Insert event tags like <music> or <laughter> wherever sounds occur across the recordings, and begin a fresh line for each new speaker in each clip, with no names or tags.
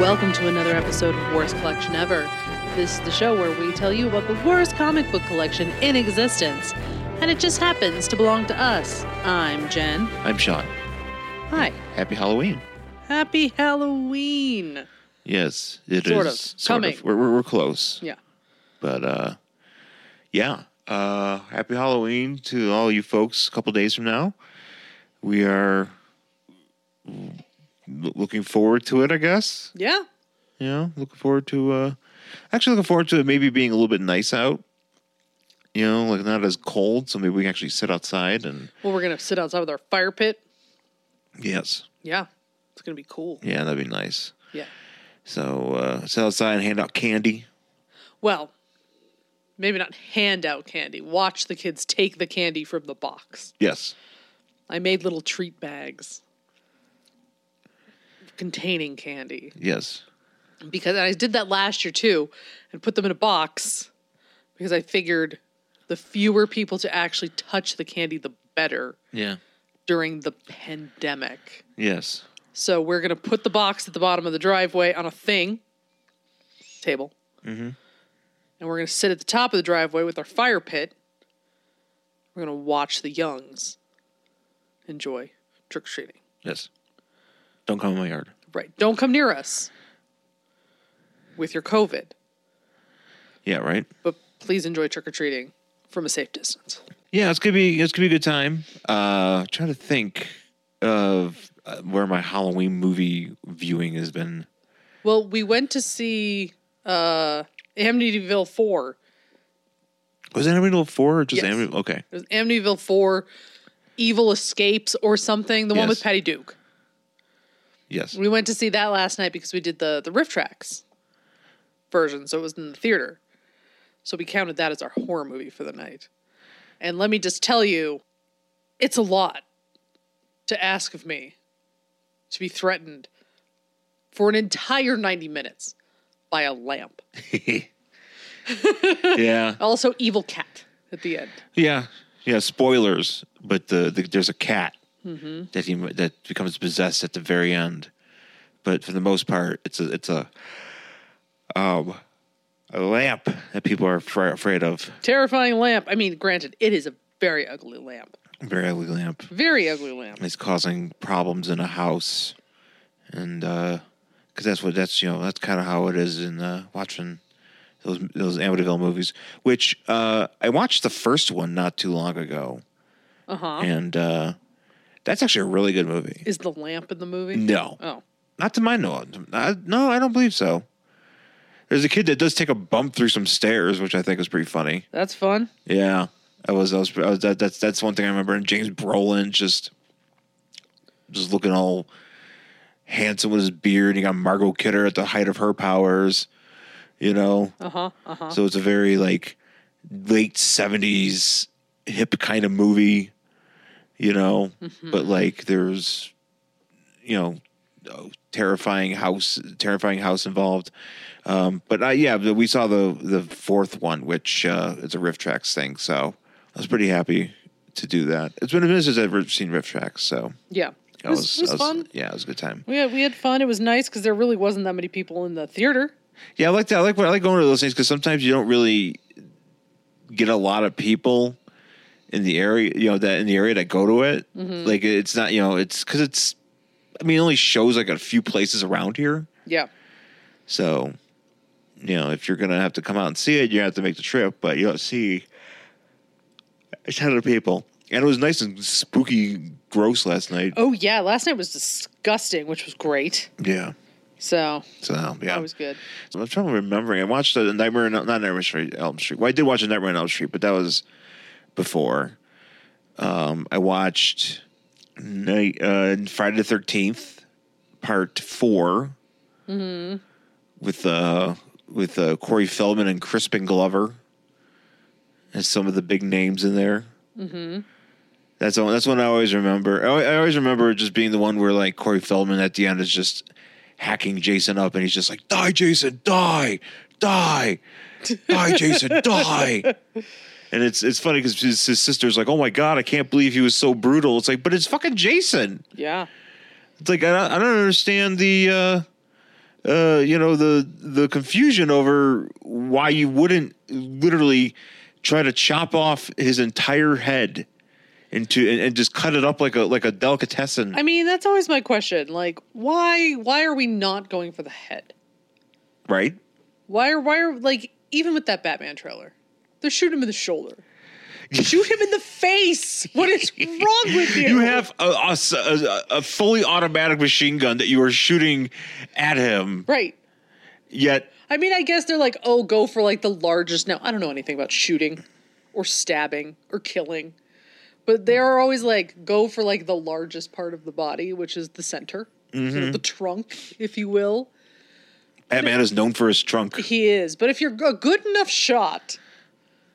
another episode of Worst Collection Ever. This is the show where we tell you about the worst comic book collection in existence, and it just happens to belong to us. I'm Jen.
I'm Sean.
Hi.
Happy Halloween.
Happy Halloween.
Yes, it is
Sort of. Coming.
We're, we're, we're close.
Yeah.
But uh, yeah, uh, happy Halloween to all you folks a couple days from now. We are l- looking forward to it, I guess.
Yeah.
You know, looking forward to, uh, actually looking forward to it maybe being a little bit nice out. You know, like not as cold, so maybe we can actually sit outside and.
Well, we're going to sit outside with our fire pit.
Yes.
Yeah. It's going to be cool.
Yeah, that'd be nice.
Yeah.
So uh, sit outside and hand out candy.
Well, maybe not hand out candy. Watch the kids take the candy from the box.
Yes.
I made little treat bags containing candy.
Yes.
because and I did that last year too, and put them in a box because I figured the fewer people to actually touch the candy, the better
Yeah.
during the pandemic.
Yes.
So we're gonna put the box at the bottom of the driveway on a thing table, and we're gonna sit at the top of the driveway with our fire pit. We're gonna watch the youngs enjoy trick or treating.
Yes. Don't come in my yard.
Right? Don't come near us with your COVID.
Yeah, right.
but please enjoy trick or treating from a safe distance.
Yeah, it's gonna be it's gonna be a good time. Uh, trying to think of uh, where my Halloween movie viewing has been.
Well, we went to see uh, Amityville 4.
Was it Amityville Four or just
Yes.
Amityville? Okay,
It was Amityville 4, Evil Escapes or something, the one with
Yes.
Patty Duke.
yes,
We went to see that last night because we did the, the riff tracks version, so it was in the theater. So we counted that as our horror movie for the night. And let me just tell you, it's a lot to ask of me to be threatened for an entire 90 minutes by a lamp.
<laughs> yeah,
Also, evil cat at the end.
yeah, yeah. Spoilers, but the, the there's a cat that he that becomes possessed at the very end. But for the most part, it's a it's a um a lamp that people are afra- afraid of.
Terrifying lamp. I mean, granted, it is a very ugly lamp.
Very ugly lamp.
Very ugly lamp.
is causing problems in a house, and because that's what that's you know that's kind of how it is in uh, watching those those Amityville movies. Which uh, I watched the first one not too long ago,
Uh huh.
and uh, that's actually a really good movie.
Is the lamp in the movie?
No,
Oh.
not to my knowledge. I, no, I don't believe so. There's a kid that does take a bump through some stairs, which I think was pretty funny.
That's fun.
Yeah, I was. I was. I was that, that's that's one thing I remember. And James Brolin just just looking all handsome with his beard. He got Margot Kidder at the height of her powers. You know,
Uh huh. Uh huh.
so it's a very like late seventies hip kind of movie. You know,
Mm-hmm.
but like there's you know a terrifying house terrifying house involved um but uh, yeah but we saw the the fourth one which uh is a riff tracks thing so i was pretty happy to do that it's been a minute since i've ever seen riff tracks so
Yeah. It
I
was, it was
I
fun.
yeah it was a good time
We had, we had fun. It was nice because there really wasn't that many people in the theater.
Yeah, I like that. I like I like going to those things because sometimes you don't really get a lot of people in the area, you know, that in the area that go to it. Like it's not, you know, it's because it's. I mean, it only shows like a few places around here,
Yeah.
so you know if you're gonna have to come out and see it, you have to make the trip. But you don't see a ton of people, and it was nice and spooky, gross last night.
Oh, yeah. Last night was disgusting, which was great.
Yeah,
So
so yeah,
that was good.
I'm trying to remember. I watched the Nightmare on, not Nightmare on Street, Elm Street. Well, I did watch a Nightmare on Elm Street, but that was before. Um, I watched night uh, Friday the Thirteenth Part 4 with uh with uh, Corey Feldman and Crispin Glover, and some of the big names in there. Mm-hmm. That's the one, that's one I always remember. I, I always remember just being the one where like Corey Feldman at the end is just hacking Jason up, and he's just like, "Die, Jason, die, die, die, Jason, die." And it's it's funny because his, his sister's like, "Oh my god, I can't believe he was so brutal." It's like, but it's fucking Jason.
Yeah.
It's like I don't, I don't understand the uh, uh, you know, the the confusion over why you wouldn't literally try to chop off his entire head into and, and just cut it up like a like a delicatessen.
I mean, that's always my question. Like, why why are we not going for the head?
right?
Why are why are like even with that Batman trailer, they're shooting him in the <laughs> shoulder. Shoot him in the face. What is wrong with you?
You have a, a s- a- a fully automatic machine gun that you are shooting at him,
right.
yet
I mean, I guess they're like, oh, go for like the largest. Now, I don't know anything about shooting or stabbing or killing, but they're always like, go for like the largest part of the body, which is the center, sort of the trunk, if you will.
Batman is known for his trunk.
He is. But if you're a good enough shot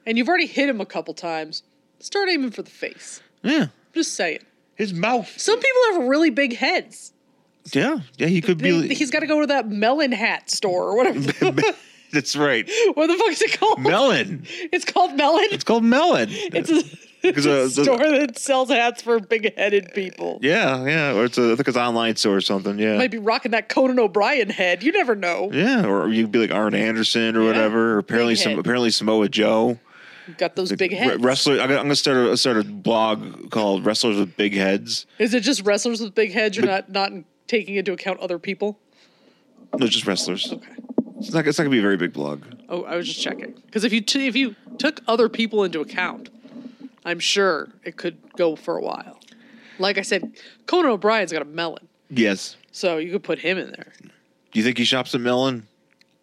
and you've already hit him a couple times, start aiming for the face.
Yeah,
Just saying.
his mouth.
Some people have really big heads.
Yeah, yeah, he could
They,
be.
he's got to go to that melon hat store or whatever.
That's right,
<laughs> what the fuck is it called?
melon.
it's called melon.
It's called melon.
It's a,
<laughs>
it's a
it's
<laughs>
a-
store that sells hats for big-headed people.
uh, yeah, yeah, or it's a, I think it's an online store or something. Yeah,
Might be rocking that Conan O'Brien head. You never know.
yeah, or you'd be like Arn Anderson or whatever. Or apparently,
Big
some
head.
apparently Samoa Joe.
Got those big
Re-
heads.
wrestler. I'm gonna, I'm gonna start a start a blog called Wrestlers with Big Heads.
Is it just wrestlers with big heads? You're not not taking into account other people.
No, just wrestlers.
Okay.
It's not. It's not gonna be a very big blog.
Oh, I was just checking because if you t- if you took other people into account, I'm sure it could go for a while. Like I said, Conan O'Brien's got a melon,
Yes.
so you could put him in there.
Do you think he shops at Melon?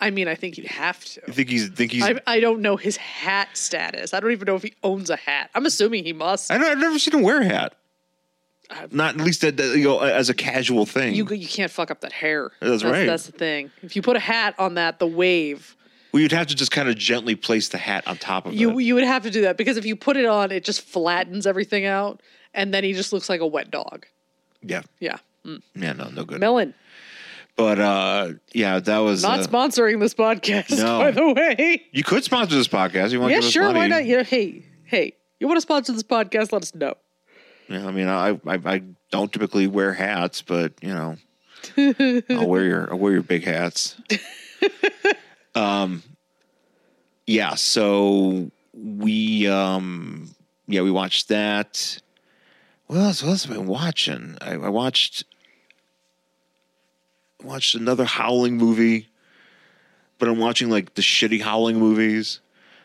I mean, I think you'd have to.
You think he's think he's?
I,
I,
I don't know his hat status. I don't even know if he owns a hat. I'm assuming he must.
don't. I've never seen him wear a hat.
I've-
Not at least that, that, you know as a casual thing.
You you can't fuck up that hair.
That's right.
That's the thing. If you put a hat on that, the wave
well, you'd have to just kind of gently place the hat on top of
you
it.
you would have to do that because if you put it on, it just flattens everything out, and then he just looks like a wet dog.
Yeah.
Yeah,
Yeah. No. No good.
Melon
but uh, yeah, that was.
not
uh,
sponsoring this podcast
No.
by the way.
you could sponsor this podcast. You want?
Yeah,
give us
sure. Why
money.
not? You know, hey, hey, you want to sponsor this podcast? Let us know.
Yeah, I mean, I, I I don't typically wear hats, but you know, I'll wear your I'll wear your big hats. um, yeah. So we um yeah we watched that. What else? What else have I been watching? I, I watched watched another Howling movie, but I'm watching like the shitty Howling movies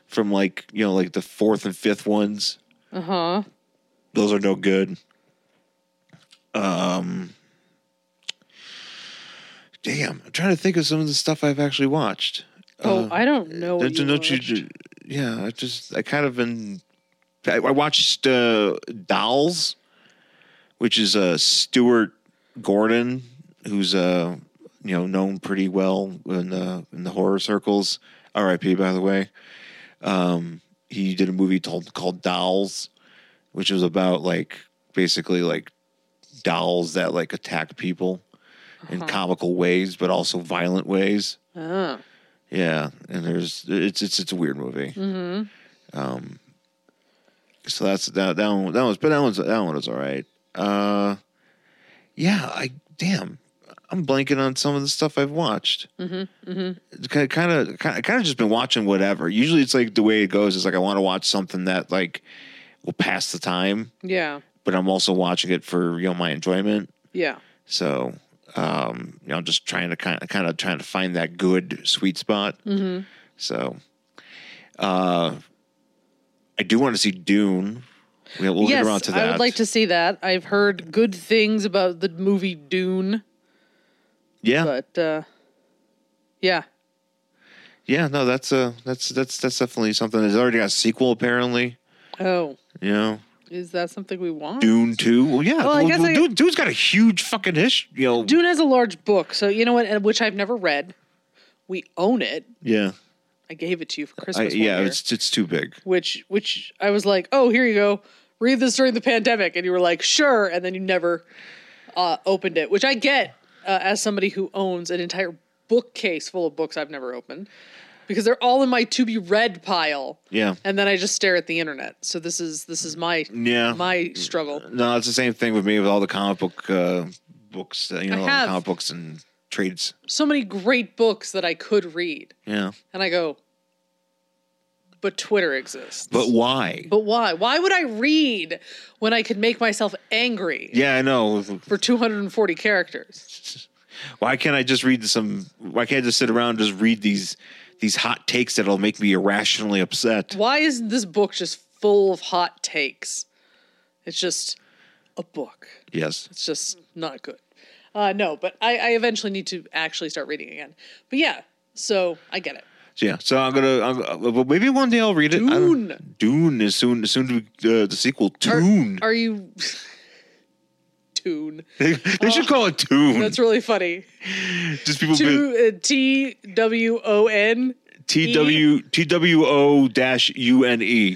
from like you know like the fourth and fifth ones
Uh huh.
those are no good. Um, damn, I'm trying to think of some of the stuff I've actually watched.
Oh,
Uh,
I don't know. What
don't,
you
don't you?
watched.
ju- Yeah, I just I kind of been. I, I watched uh, Dolls, which is uh, Stuart Gordon, who's uh, you know known pretty well in the in the horror circles. R.I.P. By the way, um, he did a movie called called Dolls, which was about like basically like dolls that like attack people in
Uh-huh.
comical ways, but also violent ways.
Oh.
Yeah, and there's it's it's it's a weird movie. Um,
mm-hmm.
so that's that that one that was but that one's that one was all right. Uh, yeah, I damn, I'm blanking on some of the stuff I've watched. Mm-hmm, mm-hmm. Kind of kind of kind of just been watching whatever. Usually it's like the way it goes is like I want to watch something that like will pass the time,
Yeah.
but I'm also watching it for you know my enjoyment.
Yeah.
So, um, you know, just trying to kind of, kind of trying to find that good sweet spot.
Mm-hmm.
So, uh, I do want to see Dune. We'll, we'll
yes,
get around to that.
I would like to see that. I've heard good things about the movie Dune,
Yeah,
but uh, yeah,
yeah. No, that's uh that's that's that's definitely something. It's already got a sequel apparently.
Oh,
You know,
is that something we want? Dune.
Dune two. Well, yeah.
Well, I
well,
guess I-
Dune, Dune's got a huge fucking history. You know.
has a large book, so you know what? and- Which I've never read. We own it.
yeah.
I gave it to you for
I,
Christmas. one
yeah.
year,
It's it's too big.
which which I was like, oh, here you go. Read this during the pandemic, and you were like, sure, and then you never uh, opened it, which I get uh, as somebody who owns an entire bookcase full of books I've never opened because they're all in my to be read pile.
Yeah.
and then I just stare at the internet. So this is this is my
Yeah.
my struggle.
No, it's the same thing with me with all the comic book uh, books, uh, you know, all the
have.
comic books and trades.
so many great books that I could read.
Yeah.
And I go, but Twitter exists.
But why?
But why? Why would I read when I could make myself angry
Yeah, I know.
for 240 characters?
Why can't I just read some? Why can't I just sit around and just read these these hot takes that'll make me irrationally upset?
Why isn't this book just full of hot takes? It's just a book.
Yes.
It's just not good. Uh, no, but I, I eventually need to actually start reading again. But yeah, so I get it.
So, yeah. So I'm gonna. I'm, well, maybe one day I'll read it. I don't-
Dune.
Dune is soon. Soon to be, uh, the sequel. Tune.
Are you. <laughs> Tune.
they they should call it Tune.
That's really funny.
<laughs> just people. be-
Two, uh, T W O N. <laughs>
T W T W O dash U N E.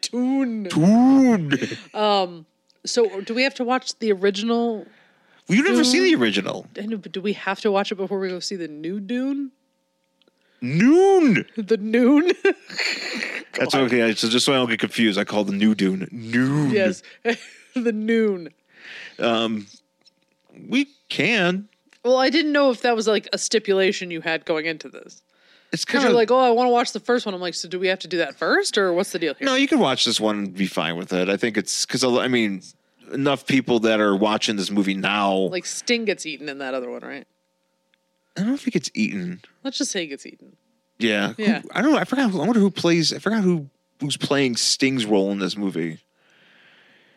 Tune. <laughs>
Tune.
So, do we have to watch the original?
We've never seen the original.
I know, but do we have to watch it before we go see the new Dune?
Noon.
The Noon? <laughs>
That's okay. So just so I don't get confused, I call the new Dune Noon.
yes. <laughs> the Noon.
We can.
Well, I didn't know if that was like a stipulation you had going into this.
It's
Because
kind
you're
of
like, oh, I want to watch the first one. I'm like, so do we have to do that first, or what's the deal here?
no. You can watch this one and be fine with it. I think it's because I mean, enough people that are watching this movie now.
Like Sting gets eaten in that other one, right?
I don't know if he gets eaten.
Let's just say he gets eaten.
Yeah. Who-
Yeah.
I don't. know. I forgot. I wonder who plays. I forgot who who's playing Sting's role in this movie.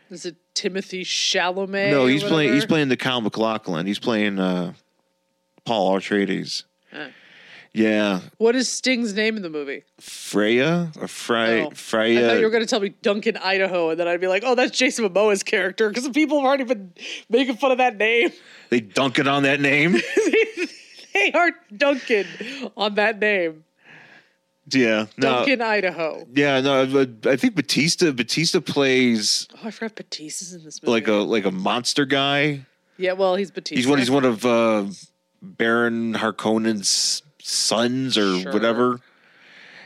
Is it Timothy Chalamet?
no,
or
he's playing. He's
whatever?
playing the Kyle McLaughlin. He's playing uh, Paul Atreides.
Oh.
Yeah,
What is Sting's name in the movie?
Freya or
Oh.
Fry
I thought you
Freya.
were going to tell me Duncan Idaho, and then I'd be like, oh, that's Jason Momoa's character, because people have already been making fun of that name.
they dunk it on that name.
<laughs> they are Duncan on that name.
<laughs> yeah. No.
Duncan Idaho.
Yeah. No. I, I think Batista. Batista plays
Oh, I forgot Batista's in this movie.
like a like a monster guy.
yeah, well, he's Batista.
He's one. He's one of uh, Baron Harkonnen's sons or
Sure.
whatever.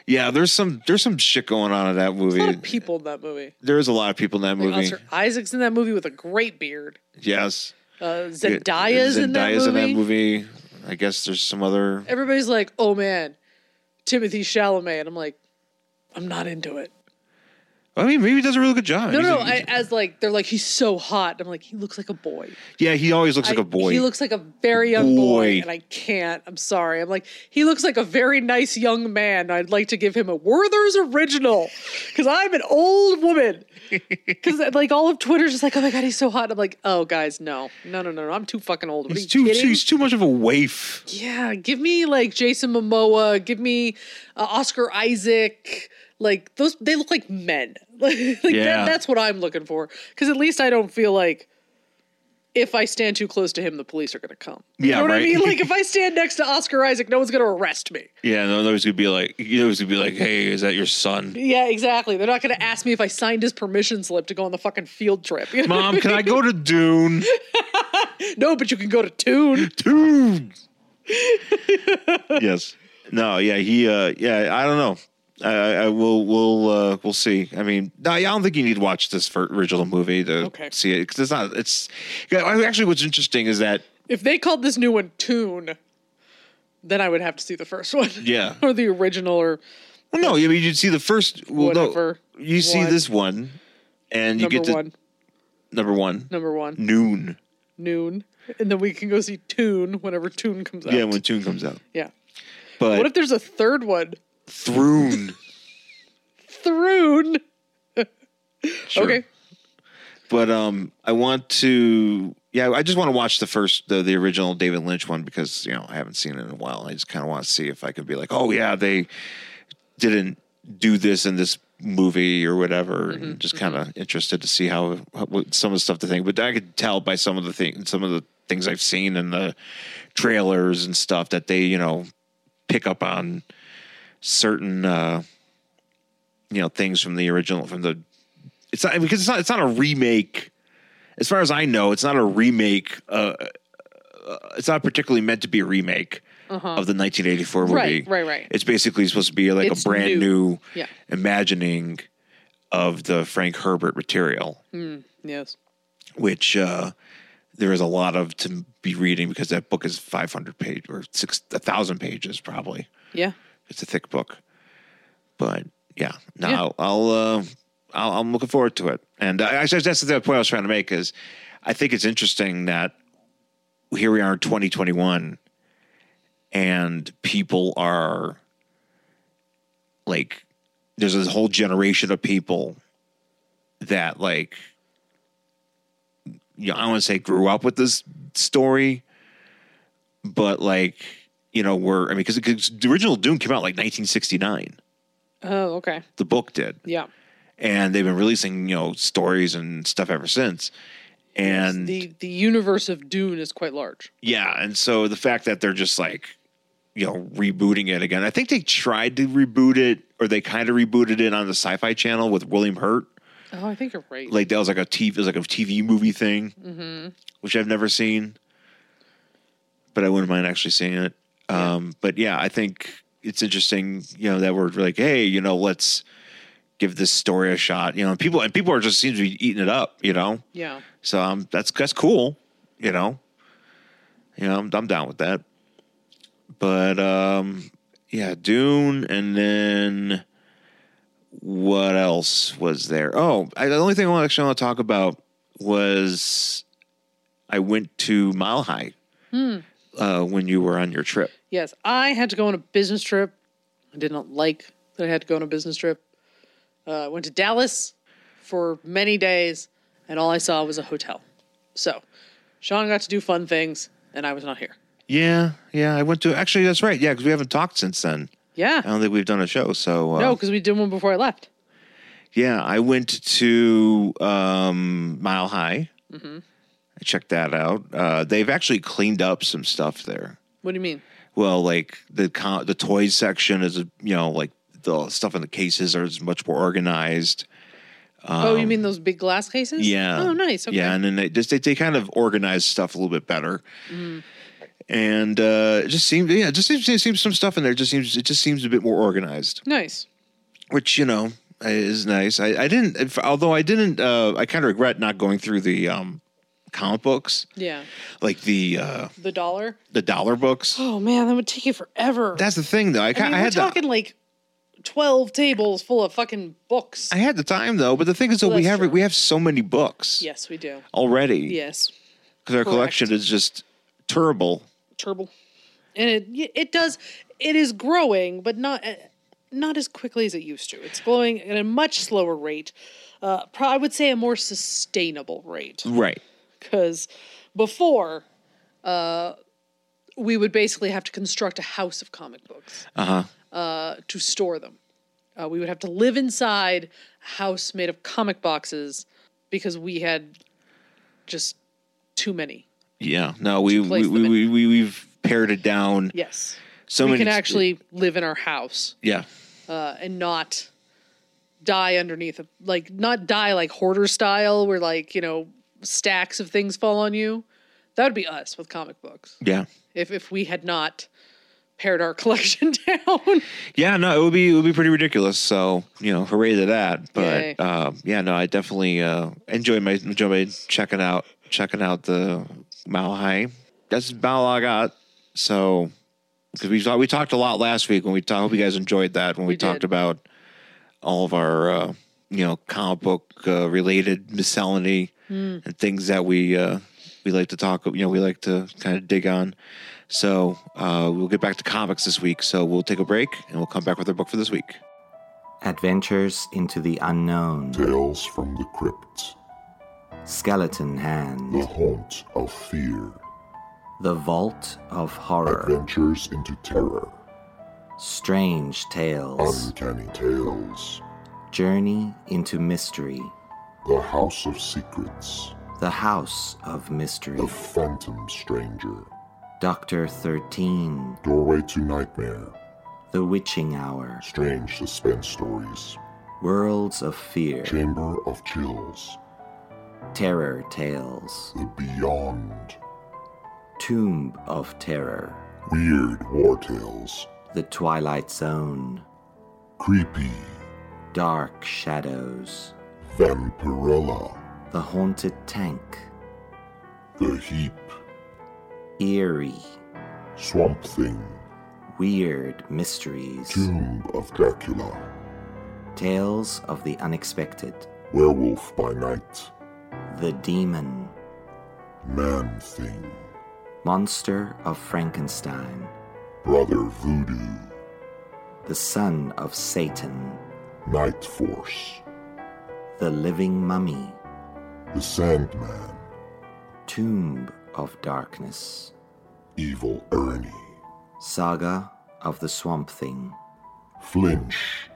Yeah, there's some there's some shit going on in that
There's a lot
movie.
of people in that movie.
There is a lot of people in that
Like,
movie.
Oscar Isaac's in that movie with a great beard.
yes,
Uh, Zendaya's, in, that
Zendaya's
movie.
movie. I guess there's some other.
Everybody's like, oh man, Timothy Chalamet. And I'm like, I'm not into it.
I mean, maybe he does a really good job.
No,
He's
no,
a-
I, as like, they're like, he's so hot. I'm like, he looks like a boy.
yeah, he always looks like
I-
a boy.
He looks like a very young boy.
Boy.
and I can't. I'm sorry. I'm like, he looks like a very nice young man. I'd like to give him a Werther's original because I'm an old woman.
<laughs>
Because like all of Twitter's just like, oh my god, he's so hot. I'm like, oh guys, no, no, no, no, no. I'm too fucking old. What
he's
are
too
you kidding?
he's too much of a waif.
yeah, give me like Jason Momoa. Give me uh, Oscar Isaac. Like those, they look like men. <laughs> like that-
Yeah.
that's what I'm looking for. Because at least I don't feel like if I stand too close to him, the police are gonna come. You
Yeah,
know what I
right.
mean?
<laughs>
Like if I stand next to Oscar Isaac, no one's gonna arrest me.
Yeah, no, always gonna be like, you know, he's gonna be like, hey, is that your <laughs> son?
Yeah, exactly. They're not gonna ask me if I signed his permission slip to go on the fucking field trip. <laughs> You know?
Mom, can I go to Dune?
no, but you can go to Tune.
Dude. yes. No. Yeah. He. Uh. Yeah. I don't know. I, I I will. We'll. Uh, we'll see. I mean, no, I don't think you need to watch this for original movie to
Okay.
see it because it's not. It's yeah, I- actually what's interesting is that
If they called this new one Tune, then I would have to see the first one.
Yeah.
<laughs> or the original or
well, no, I mean you see the first well, no,
Whatever
you see
one.
this one, and you
number
get to Mm.
one.
number one
Number one.
noon.
Noon. And then we can go see Tune whenever Tune comes out.
Yeah, when Tune comes out,
yeah.
but
What if there's a third one?
Thrune.
Thrune. <laughs>
Sure.
Okay.
but um i want to yeah i just want to watch the first the, the original david lynch one because you know i haven't seen it in a while i just kind of want to see if i could be like oh yeah they didn't do this in this movie or whatever and just kind of interested to see how, how what, some of the stuff to think but i could tell by some of the things some of the things i've seen in the trailers and stuff that they you know pick up on certain uh you know things from the original from the it's not because it's not it's not a remake as far as i know it's not a remake uh, uh it's not particularly meant to be a remake
Uh-huh.
of the 1984 movie
Right, right, right.
it's basically supposed to be like
It's
a brand
new.
new,
Yeah.
imagining of the frank herbert material
Yes.
which uh there is a lot of to be reading because that book is 500 page or six a thousand pages probably.
Yeah.
It's a thick book, but yeah, no,
Yeah.
I'll, I'll, uh, I'll I'm looking forward to it. And I, actually, that's the point I was trying to make is, I think it's interesting that here we are in 2021, and people are like, there's a whole generation of people that like, you know, I don't want to say grew up with this story, but like. You know, we're, I mean, because the original Doom came out like 1969
Oh, okay.
the book did.
Yeah.
And they've been releasing, you know, stories and stuff ever since. And
the the universe of Dune is quite large.
yeah, and so the fact that they're just like, you know, rebooting it again. I think they tried to reboot it or they kind of rebooted it on the Sci-Fi channel with William Hurt.
Oh, I think you're right. Mm-hmm.
Like that was like a TV it was like a TV movie thing, which I've never seen. But I wouldn't mind actually seeing it. Um, but yeah, I think it's interesting, you know, that we're like, hey, you know, let's give this story a shot. You know, and people and people are just seem to be eating it up, you know.
yeah.
So um, that's that's cool, you know. You know, I'm, I'm down with that. But um, yeah, Dune, and then what else was there? Oh, I, the only thing I want actually want to talk about was I went to Mile High uh, when you were on your trip.
Yes, I had to go on a business trip. I did not like that I had to go on a business trip. Uh, I went to Dallas for many days, and all I saw was a hotel. So, Sean got to do fun things, and I was not here.
Yeah, yeah, I went to actually that's right. Yeah, because we haven't talked since then.
Yeah.
I don't think we've done a show. So uh,
no, because we did one before I left.
Yeah, I went to um, Mile High.
Mm-hmm.
I checked that out. Uh, they've actually cleaned up some stuff there.
What do you mean?
Well, like the co the toys section is, you know, like the stuff in the cases are much more organized.
oh, you mean those big glass cases?
Um, Yeah.
Oh, nice. Okay.
Yeah, and then they just they, they kind of organize stuff a little bit better.
Mm-hmm.
And uh, it just seems yeah, it just seems, seems some stuff in there. Just seems it just seems a bit more organized.
Nice.
which you know is nice. I, I didn't, if- although I didn't. Uh, I kind of regret not going through the um, comic books,
Yeah.
like the uh,
The dollar.
the dollar books.
Oh man, that would take you forever.
That's the thing, though. I,
I
ca-
mean,
I
we're
had
talking like twelve tables full of fucking books.
the, I had the time though, but the thing is that
Well,
we
that's
have
true.
we have so many books
yes, we do.
already
Yes.
because our collection is just terrible.
turbo and it it does it is growing but not eh, not as quickly as it used to it's growing at a much slower rate uh, pro- i would say a more sustainable rate
Right.
because before uh, we would basically have to construct a house of comic books
Uh huh.
uh, to store them uh, we would have to live inside a house made of comic boxes because we had just too many
Yeah. No, we we,
place them
we,
in.
we we we've pared it down
yes
so
we
many.
can actually live in our house
Yeah.
uh, and not die underneath a, like not die like hoarder style where like you know stacks of things fall on you that would be us with comic books
Yeah.
if if we had not pared our <laughs> collection down
Yeah, no, it would be it would be pretty ridiculous. So you know, hooray to that!
Yay.
But um, yeah, no, I definitely uh, enjoy my enjoy my checking out checking out the Mile High. That's about all I got. So because we talked we talked a lot last week when we talked. Hope you guys enjoyed that when we,
We did.
talked about all of our uh, you know comic book uh, related miscellany and things that we uh, we like to talk. You know, we like to kind of dig on. So uh, we'll get back to comics this week. So we'll take a break and we'll come back with our book for this week.
Adventures into the unknown.
Tales from the Crypt,
Skeleton
The
Hand.
Haunt of Fear,
The Vault of Horror.
Adventures into Terror,
Strange Tales.
Uncanny Tales,
Journey into Mystery.
The House of Secrets,
The House of Mystery.
The Phantom Stranger,
Doctor 13.
Doorway to Nightmare,
The Witching Hour.
Strange Suspense Stories,
Worlds of Fear.
Chamber of Chills,
Terror Tales.
The Beyond,
Tomb of Terror.
Weird War Tales,
The Twilight Zone.
Creepy,
Dark Shadows.
Vampirella,
The Haunted Tank.
The Heap,
Eerie,
Swamp Thing,
Weird Mysteries,
Tomb of Dracula,
Tales of the Unexpected,
Werewolf by Night,
The Demon,
Man Thing,
Monster of Frankenstein,
Brother Voodoo,
The Son of Satan,
Night Force,
The Living Mummy,
The Sandman,
Tomb of Darkness,
Evil Ernie,
Saga of the Swamp Thing,
Flinch,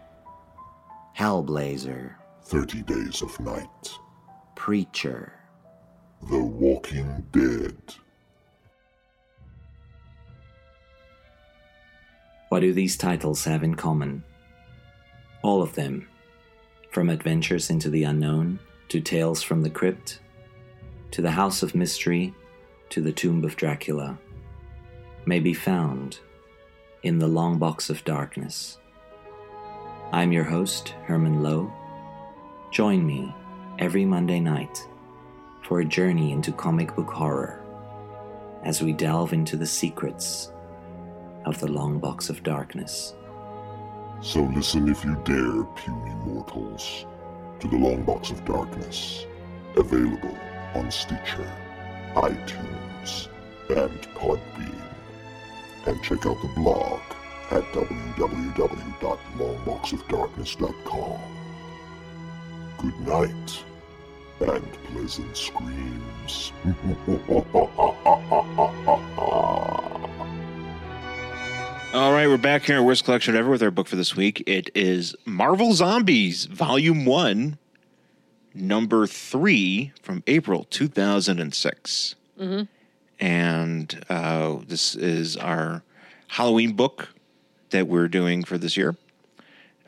Hellblazer,
Thirty Days of Night,
Preacher.
The Walking Dead,
What do these titles have in common? All of them. From Adventures into the Unknown, to Tales from the Crypt, to the House of Mystery, to the Tomb of Dracula, may be found in the Long Box of Darkness. I'm your host, Herman Lowe. Join me every Monday night for a journey into comic book horror as we delve into the secrets of the long box of darkness.
So listen if you dare, puny mortals, to the Long Box of Darkness, available on Stitcher, iTunes, and Podbean. And check out the blog at www.longboxofdarkness.com. Good night, and pleasant screams. <laughs>
All right, we're back here at Worst Collection Ever with our book for this week. It is Marvel Zombies, Volume 1, Number 3 from April 2006. And uh, this is our Halloween book that we're doing for this year.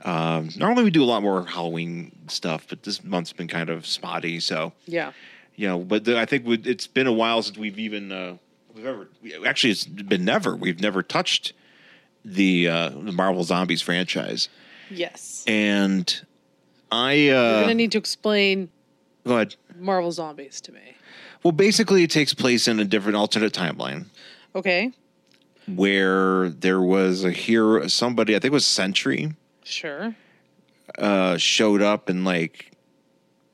Um, normally, we do a lot more Halloween stuff, but this month's been kind of spotty. So
Yeah.
you know, but the, I think we- it's been a while since we've even uh, we've ever we- actually it's been never we've never touched the uh, the Marvel Zombies franchise,
Yes.
and I
You're gonna
uh,
need to explain
go ahead.
Marvel Zombies to me.
Well, basically, it takes place in a different alternate timeline
Okay.
where there was a hero, somebody I think it was Sentry,
Sure.
uh, showed up and like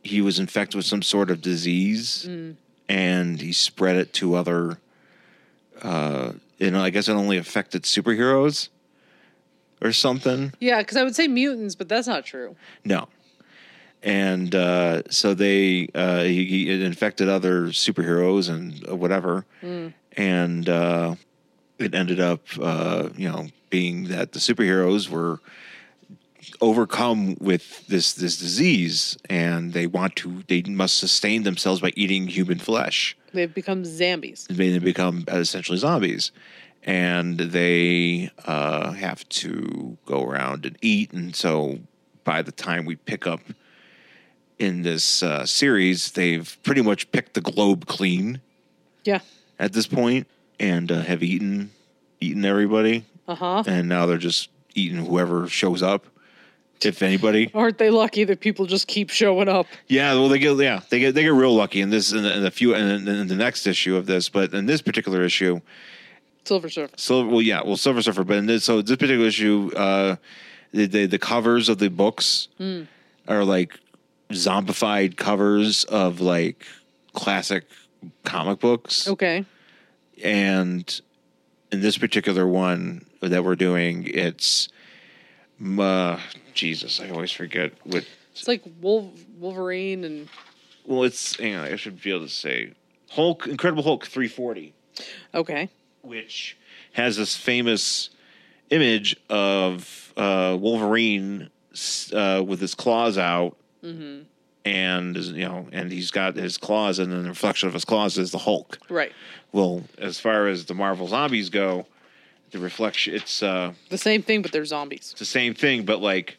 he was infected with some sort of disease and he spread it to other uh you know i guess it only affected superheroes or something
Yeah, because I would say mutants, but that's not true.
no and uh so they uh he, he it infected other superheroes and whatever and uh it ended up uh you know being that the superheroes were overcome with this this disease and they want to they must sustain themselves by eating human flesh
They've become zombies.
they then become essentially zombies and they uh, have to go around and eat and so by the time we pick up in this uh, series they've pretty much picked the globe clean
Yeah.
at this point and uh, have eaten eaten everybody
Uh huh.
and now they're just eating whoever shows up if anybody
Aren't they lucky that people just keep showing up?
Yeah, well, they get yeah they get they get real lucky in this in the, in the few in, in the next issue of this, but in this particular issue,
Silver Surfer.
Silver, well, yeah, well, Silver Surfer. But in this, so this particular issue, uh, the, the the covers of the books are like zombified covers of like classic comic books,
Okay.
and in this particular one that we're doing, it's uh, Jesus, I always forget what.
It's like Wolf- Wolverine and
Well, it's hang on, I should be able to say Hulk, Incredible Hulk, three forty.
okay.
which has this famous image of uh, Wolverine s- uh, with his claws out, and is- you know, and he's got his claws, and then the reflection of his claws is the Hulk.
Right.
Well, as far as the Marvel zombies go, the reflection it's uh,
The same thing, but they're zombies.
it's the same thing, but like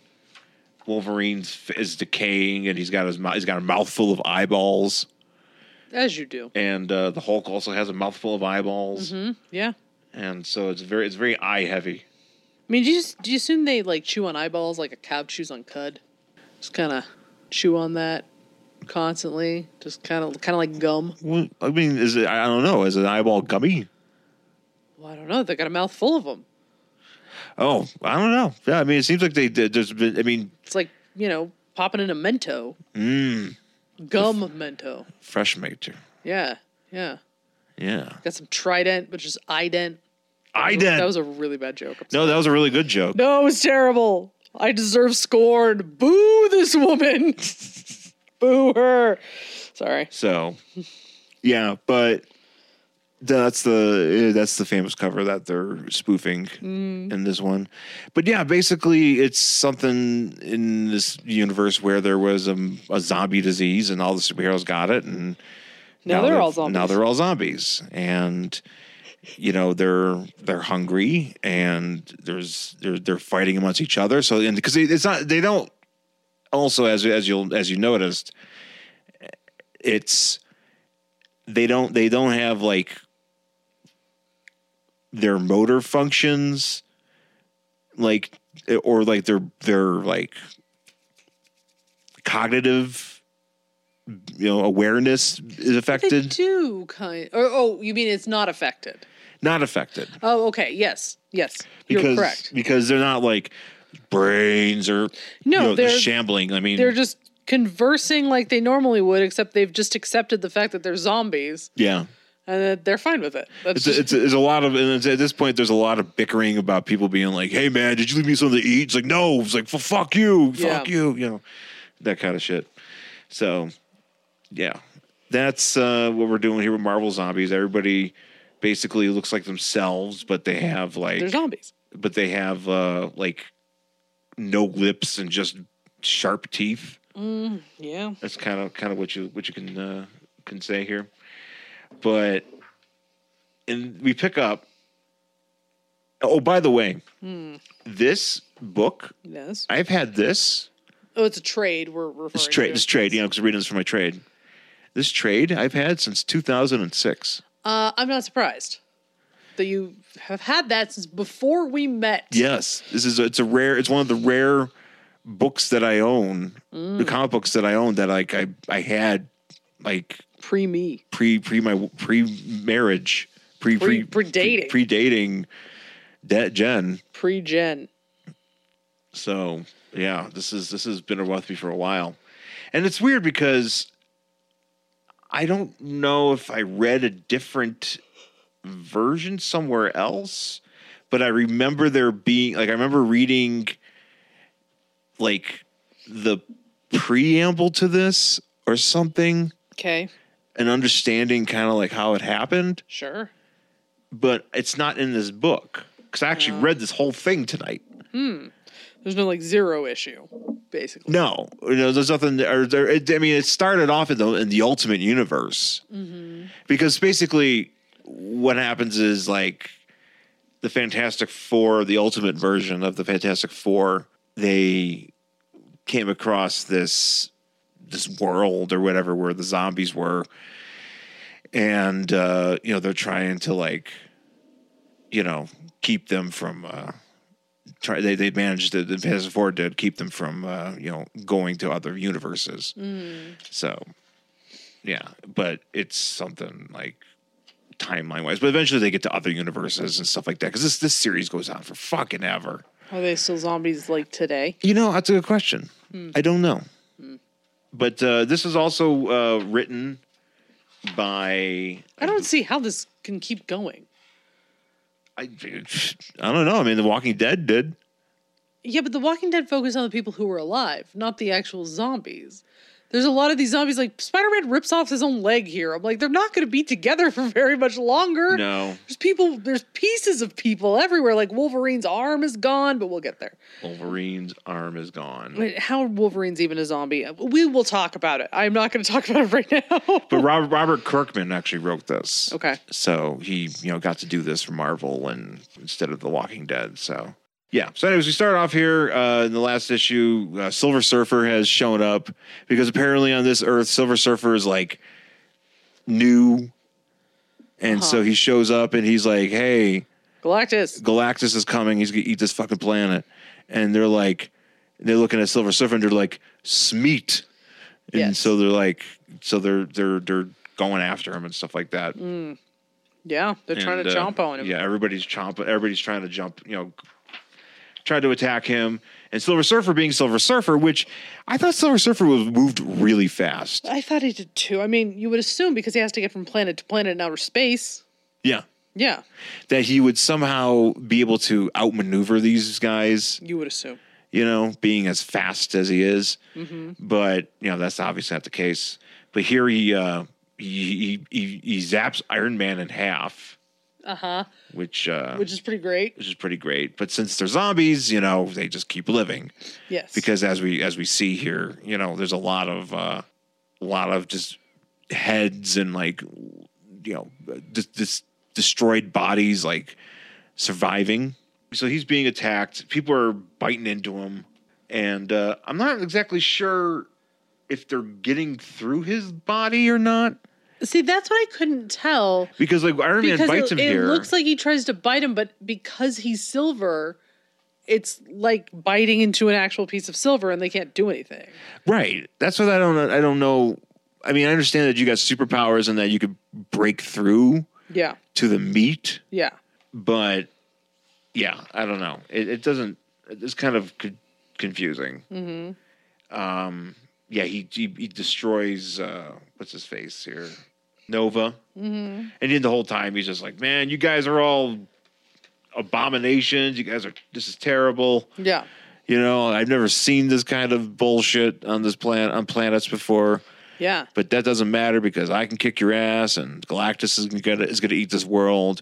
Wolverine's f- is decaying, and he's got his mou- he's got a mouthful of eyeballs,
As you do.
and uh, the Hulk also has a mouthful of eyeballs,
Yeah.
and so it's very it's very eye heavy.
I mean, do you do you assume they like chew on eyeballs like a cow chews on cud? Just kind of chew on that, constantly, just kind of kind of like gum.
Well, I mean, is it? I don't know. Is an eyeball gummy?
Well, I don't know. They got a mouthful of them.
Oh, I don't know. Yeah, I mean, it seems like they did. There's been. I mean,
It's like you know popping in a mento,
mm,
gum mento.
fresh maker.
Yeah, yeah.
Yeah,
Got some trident, which is ident.
I
That
did.
was a really bad joke. I'm
No, that was a really good joke.
No, it was terrible. I deserve scorn. Boo this woman. <laughs> Boo her. Sorry. <laughs>
So, yeah, but that's the eh, that's the famous cover that they're spoofing
Mm.
in this one. But yeah, basically, it's something in this universe where there was a, a zombie disease and all the superheroes got it, and
Now they're all
Now
zombies.
they're all zombies, and you know they're they're hungry and there's they're they're fighting amongst each other. So and because it's not they don't also as as you'll as you noticed it's they don't they don't have like their motor functions like or like their their like cognitive you know awareness is
They
affected
do kind. Or, oh, you mean it's not affected?
not affected
Oh, okay. Yes, yes. You're
because
correct.
because they're not like brains or
No,
you know, they're
they're-
shambling i mean
They're just conversing like they normally would, except they've just accepted the fact that they're zombies
yeah
and that they're fine with it. That's
It's a, it's, a, it's a lot of and it's, at this point there's a lot of bickering about people being like, "Hey man, did you leave me something to eat?" It's like, "No." It's like, "Well, fuck you,
Yeah.
fuck you," you know, that kind of shit. So, yeah, that's uh, what we're doing here with Marvel Zombies. Everybody basically looks like themselves, but they have like,
they're zombies.
but they have uh, like no lips and just sharp teeth.
Mm, Yeah.
That's kind of kind of what you what you can uh, can say here, but and we pick up. Oh, by the way, this book
Yes.
I've had this
Oh, it's a trade. We're referring
this trade
to.
this trade you know because reading this for my trade. This trade I've had since two thousand and six.
Uh, I'm not surprised that you have had that since before we met.
Yes, this is a, it's a rare. It's one of the rare books that I own, the comic books that I own that like I I had like
Pre me.
pre pre my pre marriage pre
Pre-
pre
predating.
pre dating that Jen.
Pre Gen.
So yeah, this is this has been with me for a while, and it's weird because I don't know if I read a different version somewhere else, but I remember there being like I remember reading like the preamble to this or something
Okay.
and understanding kind of like how it happened
Sure.
but it's not in this book because I actually read this whole thing tonight.
There's no like zero issue, basically.
No, you know, there's nothing. Or there, it, I mean, it started off in the in the Ultimate Universe because basically what happens is like the Fantastic Four, the Ultimate version of the Fantastic Four, they came across this this world or whatever where the zombies were, and uh, you know they're trying to like you know keep them from. Uh, try they they managed to the PS4 did keep them from uh, you know going to other universes.
Mm.
So yeah, but it's something like timeline wise. But eventually they get to other universes and stuff like that because this this series goes on for fucking ever.
Are they still zombies like today?
You know, that's a good question.
Hmm.
I don't know. But uh, this is also uh, written by
I don't see how this can keep going.
I, I don't know. I mean, The Walking Dead did.
Yeah, but The Walking Dead focused on the people who were alive, not the actual zombies. There's a lot of these zombies like Spider Man rips off his own leg here. I'm like, they're not going to be together <laughs> for very much longer.
No,
There's people, there's pieces of people everywhere. Like Wolverine's arm is gone, but we'll get there.
Wolverine's arm is gone.
Wait, how Wolverine's even a zombie? We will talk about it. I'm not going to <laughs> talk about it right now.
But Robert, Robert Kirkman actually wrote
<laughs>
this.
okay.
So he, you know, got to do this for Marvel and instead of The Walking Dead. So yeah. So anyways, we start off here uh, in the last issue. Uh, Silver Surfer has shown up because apparently on this Earth, Silver Surfer is like new, and so he shows up and he's like, "Hey,
Galactus.
Galactus is coming. He's gonna eat this fucking planet." And they're like, they're looking at Silver Surfer and they're like, "Smeat." And
Yes.
so they're like, so they're they're they're going after him and stuff like that.
Yeah, they're Mm, trying to
And, uh,
chomp on him.
Yeah, everybody's chomping. Everybody's trying to jump. You know, trying to attack him. And Silver Surfer being Silver Surfer, which I thought Silver Surfer was moved
<laughs>
really fast.
I thought he did too. I mean, you would assume because he has to get from planet to planet in outer space.
Yeah,
Yeah,
that he would somehow be able to outmaneuver these guys.
you would assume.
You know, being as fast as he is. But you know, that's obviously not the case. But here he uh, he, he he he zaps Iron Man in half,
Uh huh.
which uh,
Which is pretty great.
which is pretty great. But since they're zombies, you know, they just keep living.
Yes.
because as we as we see here, you know, there's a lot of uh lot of just heads and like you know, just dis- destroyed bodies like surviving. So he's being attacked. People are biting into him and uh I'm not exactly sure if they're getting through his body or not
see, that's what I couldn't tell
because like Iron Man
because
bites
it,
him
it
here.
looks like he tries to bite him, but because he's silver, it's like biting into an actual piece of silver, and they can't do anything.
Right. That's what I don't I don't know. I mean, I understand that you got superpowers and that you could break through
Yeah.
to the meat,
Yeah.
but yeah, I don't know. It, it doesn't. It's kind of co- confusing. Mm-hmm. Um, yeah, he he, he destroys uh, what's his face here, Nova, mm-hmm. and then the whole time he's just like, man, you guys are all abominations. You guys are this is terrible.
Yeah.
You know, I've never seen this kind of bullshit on this planet on planets before
Yeah.
but that doesn't matter because I can kick your ass, and Galactus is gonna is gonna eat this world.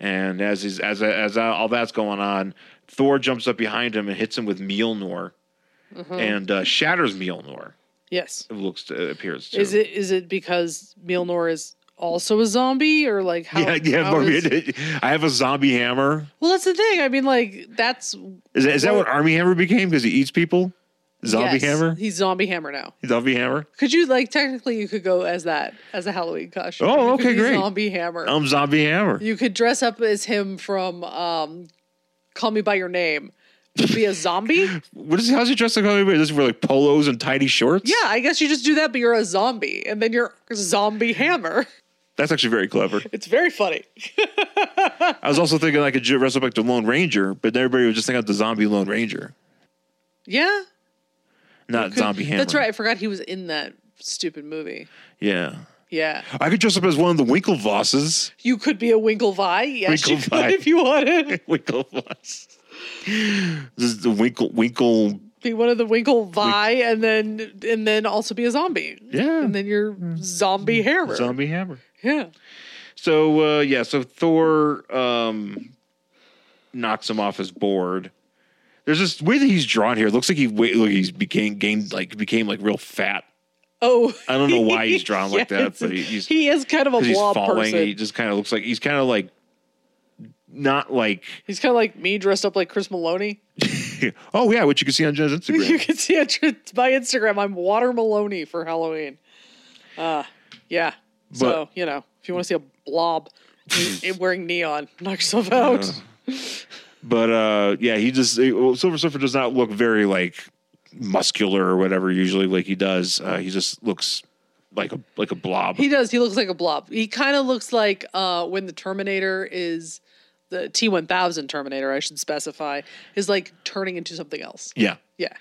And as he's, as as all that's going on, Thor jumps up behind him and hits him with Mjolnir,
Mm.
and uh, shatters Mjolnir.
Yes.
It looks to, appears to
Is it is it because Milnor is also a zombie, or like how?
<laughs> Yeah, yeah.
how
Barbie,
is-
I have a zombie hammer.
well, that's the thing. I mean, like that's
Is that, is that
Well-
what Army Hammer became? Because he eats people. Zombie
yes,
Hammer.
He's zombie hammer now.
Zombie Hammer.
Could you like technically you could go as that as a Halloween costume?
Oh,
You could
okay,
be
great. Um,
Zombie hammer.
I'm Zombie Hammer.
you could dress up as him from um, Call Me by Your Name. Just Be a
<laughs>
zombie?
What is? How's he dressed like? Is this for like polos and tidy shorts?
Yeah, I guess you just do that, but you're a zombie, and then you're zombie hammer. <laughs>
that's actually very clever.
It's very funny.
<laughs> I was also thinking I could ju- wrestle back to Lone Ranger, but everybody was just thinking of the zombie Lone Ranger,
Yeah,
not zombie hammer.
that's right. I forgot he was in that stupid movie.
Yeah.
Yeah,
I could dress up as one of the Winklevosses.
you could be a Winklevi. Yes, you
Winklevi.
could if you wanted.
<laughs> Winklevoss. this is the Winkle Winkle.
Be one of the Winklevi, and then and then also be a zombie.
Yeah.
and then you're zombie hammer.
Zombie hammer.
Yeah.
So uh, yeah, so Thor um, knocks him off his board. There's this way that he's drawn here. It looks like he wa- like he's became gained like became like real fat.
Oh,
I don't know
<laughs>
why he's drawn like that,
yes.
but he, he's
he is kind of a
'Cause he's
blob
falling.
person.
He just kind of looks like he's kind of like not like <laughs>
He's kind of like me dressed up like Chris Maloney.
oh yeah, which you can see on Jen's
You <laughs>
Instagram.
can see it tr- by Instagram. I'm Water Maloney for Halloween. Uh, yeah. so, you know, if you want to see a blob <laughs> in- in wearing neon, knock yourself out.
but uh, yeah, he just well, Silver Surfer does not look very like muscular or whatever usually like he does. Uh, he just looks like a like a blob.
He does. He looks like a blob. He kind of looks like uh, when the Terminator is the T1000 Terminator, I should specify, is like turning into something else.
yeah.
Yeah.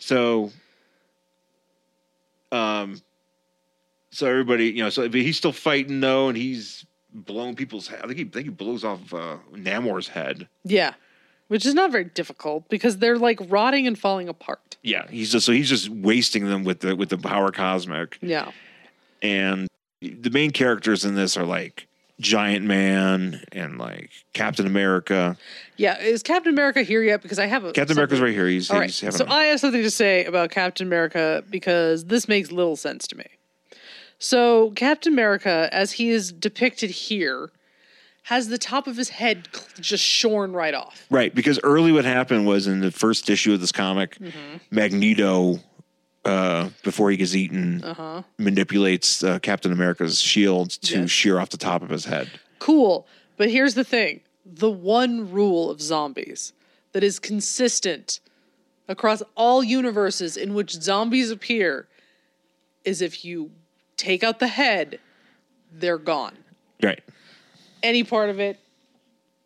So um so everybody, you know, so but he's still fighting though and he's blowing people's head. I think he I think he blows off uh, Namor's head.
Yeah. Which is not very difficult because they're like rotting and falling apart.
Yeah, he's just so he's just wasting them with the with the power cosmic.
Yeah.
And the main characters in this are like Giant Man and like Captain America.
Yeah. Is Captain America here yet? Because I have a
Captain America's
something-
right here. He's,
All right.
he's having
So I have something to say about Captain America because this makes little sense to me. So Captain America, as he is depicted here, has the top of his head cl- just shorn right off.
right because early what happened was in the first issue of this comic,
Mm-hmm.
Magneto, uh, before he gets eaten, manipulates uh, Captain America's shield to
Uh-huh. Yes.
shear off the top of his head.
Cool. But here's the thing the one rule of zombies that is consistent across all universes in which zombies appear is if you take out the head, they're gone.
Right.
Any part of it,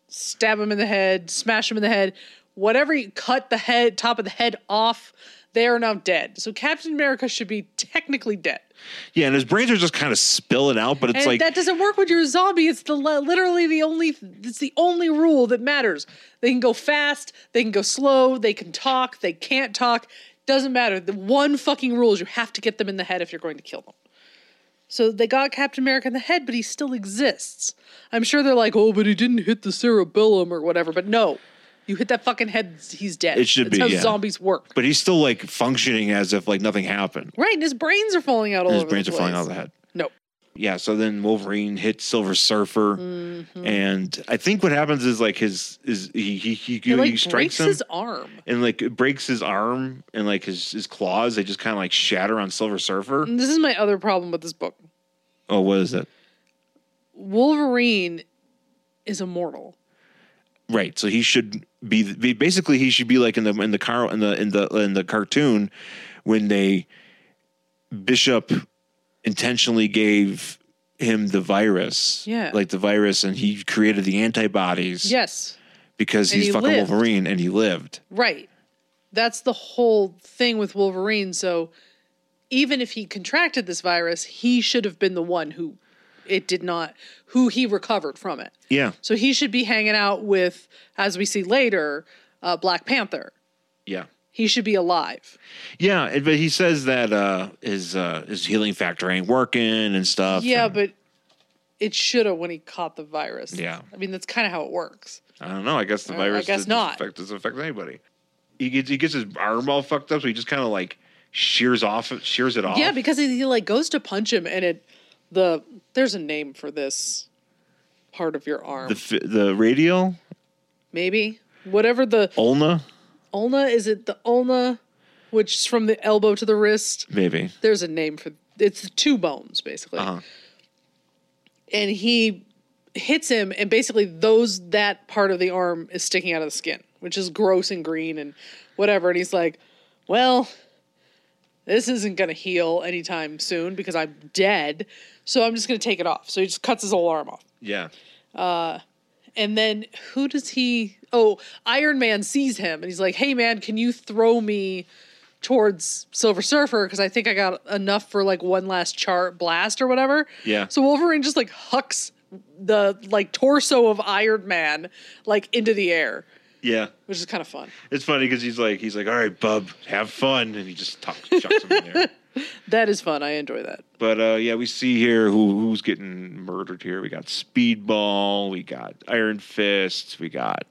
stab them in the head, smash them in the head, whatever you cut the head, top of the head off, they are now dead. So Captain America should be technically dead.
Yeah, and his brains are just kind of spilling out, but it's
and
like
that doesn't work when you're a zombie. It's the li- literally the only it's the only rule that matters. They can go fast, they can go slow, they can talk, they can't talk. Doesn't matter. The one fucking rule is you have to get them in the head if you're going to kill them. So they got Captain America in the head, but he still exists. I'm sure they're like, oh, but he didn't hit the cerebellum or whatever. But no, you hit that fucking head, he's dead.
It should
That's
be,
how
yeah.
zombies work.
but he's still like functioning as if like nothing happened.
right, and his brains are falling out all
His
over
brains
the
are falling
place.
out of the head.
No.
Yeah, so then Wolverine hits Silver Surfer,
Mm-hmm.
and I think what happens is like his is he he he,
He, like,
he strikes
breaks
him
his arm.
and like it breaks his arm and like his his claws they just kind of like shatter on Silver Surfer.
And this is my other problem with this book.
Oh, what is that?
Wolverine is immortal.
Right, so he should be, be basically he should be like in the in the car in the in the in the cartoon when they Bishop intentionally gave him the virus,
Yeah.
like the virus, and he created the antibodies,
Yes,
because
And
he's
he
fucking
lived.
Wolverine and he lived.
right. That's the whole thing with Wolverine. So even if he contracted this virus, he should have been the one who it did not, who he recovered from it.
Yeah,
So he should be hanging out with, as we see later, uh, Black Panther.
yeah,
He should be alive.
yeah. and- But he says that uh, his uh, his healing factor ain't working and stuff.
Yeah,
and-
but it should have when he caught the virus.
Yeah.
I mean, that's kind of how it works.
I don't know. I guess the
Uh, I
virus
guess
doesn't
not.
affect, doesn't affect anybody. He gets he gets his arm all fucked up, so he just kind of like shears off, shears it off.
Yeah, because he, he like goes to punch him, and it the there's a name for this part of your arm,
the fi- the radial
maybe whatever the
ulna
ulna is. It the ulna, which is from the elbow to the wrist.
maybe.
There's a name for it's the two bones basically,
Uh-huh.
and he hits him, and basically those that part of the arm is sticking out of the skin, which is gross and green and whatever. And he's like, well. This isn't gonna heal anytime soon because I'm dead, so I'm just gonna take it off. So he just cuts his whole arm off.
Yeah.
And then who does he? Oh, Iron Man sees him and he's like, "Hey, man, can you throw me towards Silver Surfer? Because I think I got enough for like one last chart blast or whatever."
Yeah.
So Wolverine just like hucks the like torso of Iron Man like into the air,
Yeah.
which is kind of fun.
It's funny because he's like he's like, all right, bub, have fun, and he just tucks, chucks him in there.
That is fun. I enjoy that.
But uh, yeah, we see here who who's getting murdered here. We got Speedball, we got Iron Fist, we got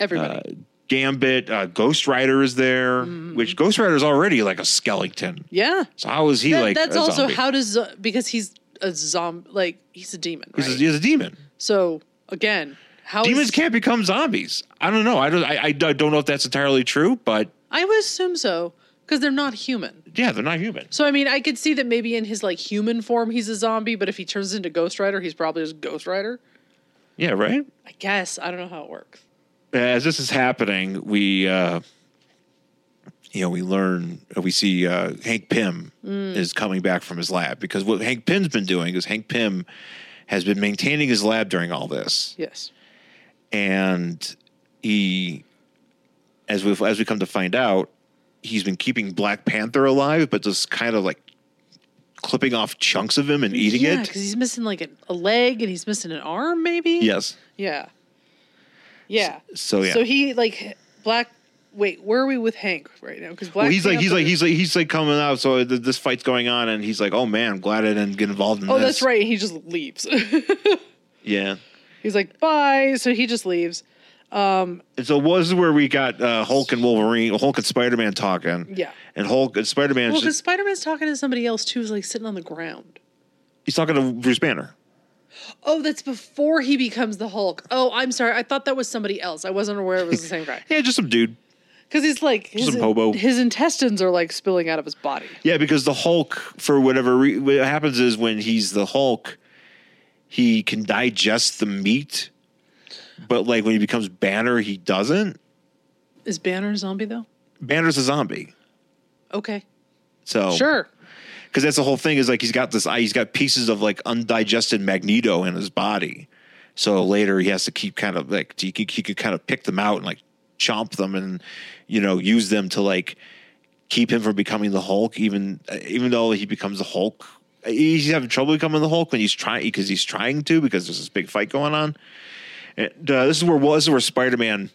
Everybody.
uh, Gambit. Uh, Ghost Rider is there,
Mm-hmm.
which Ghost Rider is already like a skeleton.
yeah.
So how is he
That-
like?
that's
a
also
zombie?
how does uh, because he's a zombie like he's a demon, right?
he's, a, he's a demon.
so again, how
Demons
is-
can't become zombies. I don't know. I don't. I, I don't know if that's entirely true, but
I would assume so because they're not human.
yeah, they're not human.
So I mean, I could see that maybe in his like human form he's a zombie, but if he turns into Ghost Rider, he's probably just Ghost Rider.
Yeah, right.
I guess I don't know how it works.
As this is happening, we, uh, you know, we learn we see uh, Hank Pym
Mm.
is coming back from his lab because what Hank Pym's been doing is Hank Pym has been maintaining his lab during all this.
Yes.
and he as we as we come to find out he's been keeping black panther alive but just kind of like clipping off chunks of him and eating
yeah,
it
because he's missing like a, a leg and he's missing an arm, maybe.
yes
Yeah. Yeah.
so yeah
So he like black. Wait, where are we with Hank right now? Because black.
well, he's like he's like
Panther-
he's like he's like coming out so th- this fight's going on and he's like oh man I'm glad i didn't get involved in
Oh,
this
that's right. He just leaves. <laughs>
yeah
he's like bye. So he just leaves.
and so this is where we got uh, hulk and wolverine hulk and spider-man talking
Yeah.
and hulk and spider-man
Well, because Spider Man's talking to somebody else too, who's like sitting on the ground.
he's talking to bruce banner
Oh, that's before he becomes the Hulk. Oh, I'm sorry. I thought that was somebody else. I wasn't aware it was the same <laughs> guy.
yeah just some dude
Because he's like his,
Some hobo.
his intestines are like spilling out of his body.
Yeah, because the Hulk, for whatever re- what happens is when he's the Hulk, he can digest the meat, but like when he becomes Banner, he doesn't.
Is Banner a zombie though?
Banner's a zombie,
Okay,
so
sure.
because that's the whole thing is like he's got this eye he's got pieces of like undigested magneto in his body so later he has to keep kind of like he could, he could kind of pick them out and like chomp them and you know use them to like keep him from becoming the hulk even uh, even though he becomes the hulk he's having trouble becoming the hulk when he's trying because he's trying to because there's this big fight going on and uh, this is where well, this is where spider-man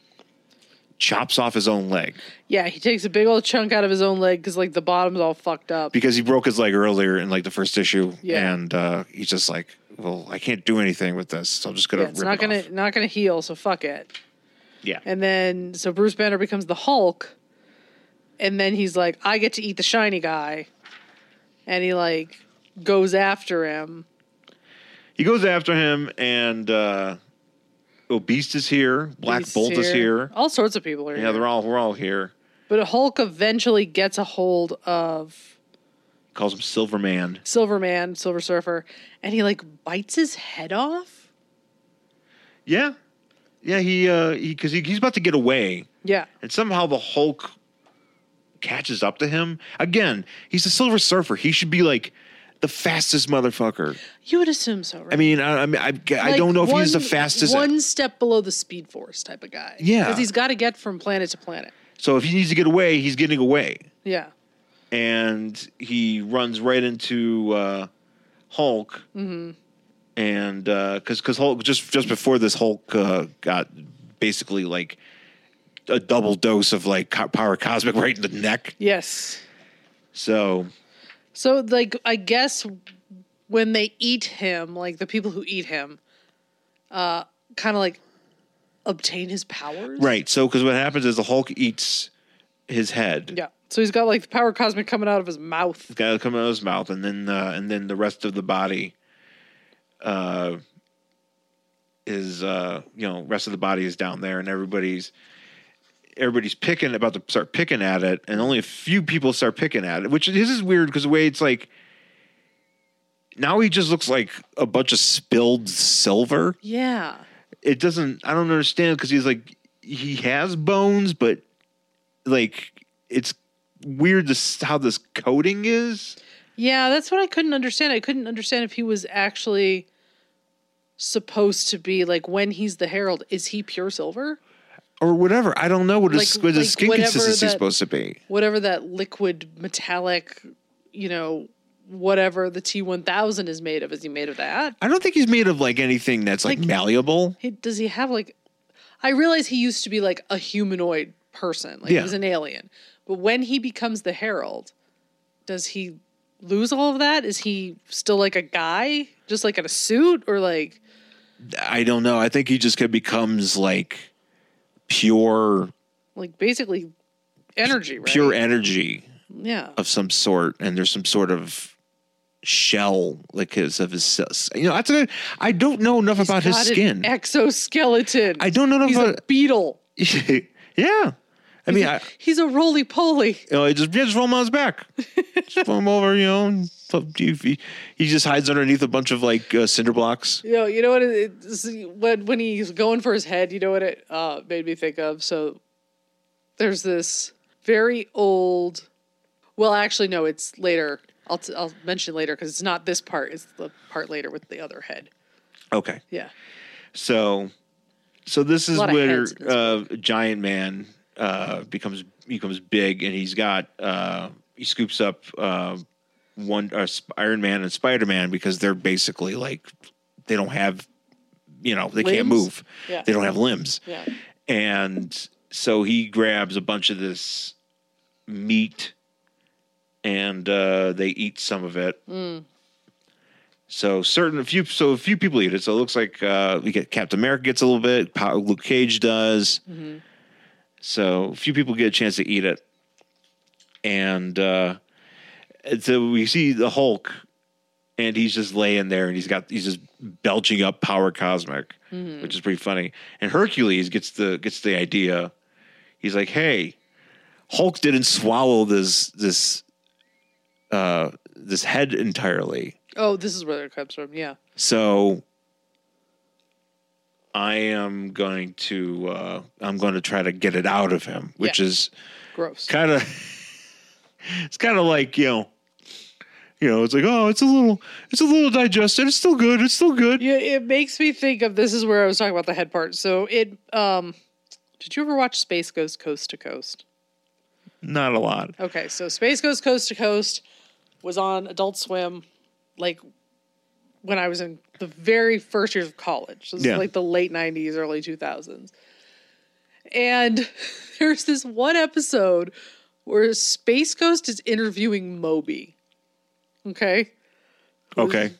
chops off his own leg
Yeah, he takes a big old chunk out of his own leg because like the bottom's all fucked up.
because he broke his leg earlier in like the first issue,
Yeah.
and uh, he's just like, "Well, I can't do anything with this, so I'm just gonna
Yeah,
rip
it's not
it
gonna
off."
not gonna heal, so fuck it.
Yeah,
And then so Bruce Banner becomes the Hulk, and then he's like, I get to eat the shiny guy, and he like goes after him.
he goes after him, and uh, oh, Beast is here, Black
He's
Bolt is here.
All sorts of people are
Yeah,
here.
they're all we're all here.
But Hulk eventually gets a hold of
He calls him Silver Man.
Silverman, Silver Surfer, and he like bites his head off.
Yeah, yeah, he uh, he because he, he's about to get away,
Yeah.
and somehow the Hulk catches up to him again. He's a Silver Surfer. He should be like the fastest motherfucker.
You would assume so, right?
I mean, I I, mean, I, I don't
Like,
know if he's the
one-
fastest.
One step below the Speed Force type of guy.
Yeah.
Because he's got to get from planet to planet.
So if he needs to get away, he's getting away,
Yeah.
and he runs right into uh, Hulk, and because because Hulk just just before this Hulk uh, got basically like a double dose of like co- power cosmic <laughs> right in the neck.
Yes.
So
So, like, I guess when they eat him, like the people who eat him, uh, kind of like obtain his powers.
right, so because what happens is the Hulk eats his head.
Yeah. So he's got like the power cosmic coming out of his mouth.
It's got to come out of his mouth, and then uh, and then the rest of the body, uh, is uh, you know, rest of the body is down there, and everybody's everybody's picking about to start picking at it, and only a few people start picking at it, which this is weird because the way it's like. Now he just looks like a bunch of spilled silver.
Yeah.
It doesn't. I don't understand because he's like he has bones, but like it's weird this how this coating is.
Yeah. That's what I couldn't understand. I couldn't understand if he was actually supposed to be like when he's the herald is he pure silver
or whatever. I don't know what his,
Like-
what his
like
skin
whatever
consistency is
that-
supposed to be.
whatever that liquid metallic, you know, whatever the T1000 is made of. Is he made of that?
I don't think he's made of like anything that's like,
Like-
malleable.
He, does he have like, I realize he used to be like a humanoid person, like
Yeah.
he was an alien. But when he becomes the Herald, does he lose all of that? Is he still like a guy, just like in a suit or like,
I don't know. I think he just kind of becomes like pure,
like basically energy, right?
pure energy
Yeah.
of some sort, and there's some sort of shell like his of his cells. You know, that's a, I don't know enough about his
Got an
skin.
Exoskeleton.
I don't know enough
He's a
about.
beetle.
<laughs> yeah, I mean, I,
He's a roly poly.
you know, I just, yeah, just roll him on his back. just roll him over, you know. and put- He, he- he just hides underneath a bunch of like uh, cinder blocks.
You know, you know what? It, it's, when when he's going for his head, you know what it uh, made me think of. So there's this very old. Well, actually, no, it's later. I'll t- I'll mention later because it's not this part. It's the part later with the other head.
Okay.
Yeah,
So, so this is
lot of
where
heads in this
uh, Giant Man uh, becomes becomes big, and he's got uh, he scoops up uh, one uh, Sp- Iron Man and Spider Man because they're basically like they don't have you know they
Limbs?
can't move,
Yeah.
they don't have limbs,
yeah,
and so he grabs a bunch of this meat, and uh, they eat some of it. So certain a few so a few people eat it. So it looks like uh, we get Captain America gets a little bit. Pa- Luke Cage does.
Mm-hmm,
So a few people get a chance to eat it, and uh, and so we see the Hulk, and he's just laying there, and he's got he's just belching up power cosmic,
mm-hmm.
which is pretty funny. And Hercules gets the gets the idea. He's like, "Hey, Hulk didn't swallow this this uh, this head entirely."
Oh, this is where it comes from. Yeah,
So I am going to uh, I'm going to try to get it out of him, which
Yeah.
is <laughs>
gross.
kind of it's kind of like you know You know, it's like, oh, it's a little, it's a little digested. It's still good. It's still good.
Yeah, it makes me think of this is where I was talking about the head part. So it um did you ever watch Space Goes Coast to Coast?
Not a lot.
Okay, so Space Goes Coast to Coast was on Adult Swim like when I was in the very first years of college. So this
Yeah.
is like the late 90s, early 2000s. And <laughs> there's this one episode where Space Ghost is interviewing Moby. Okay?
Okay.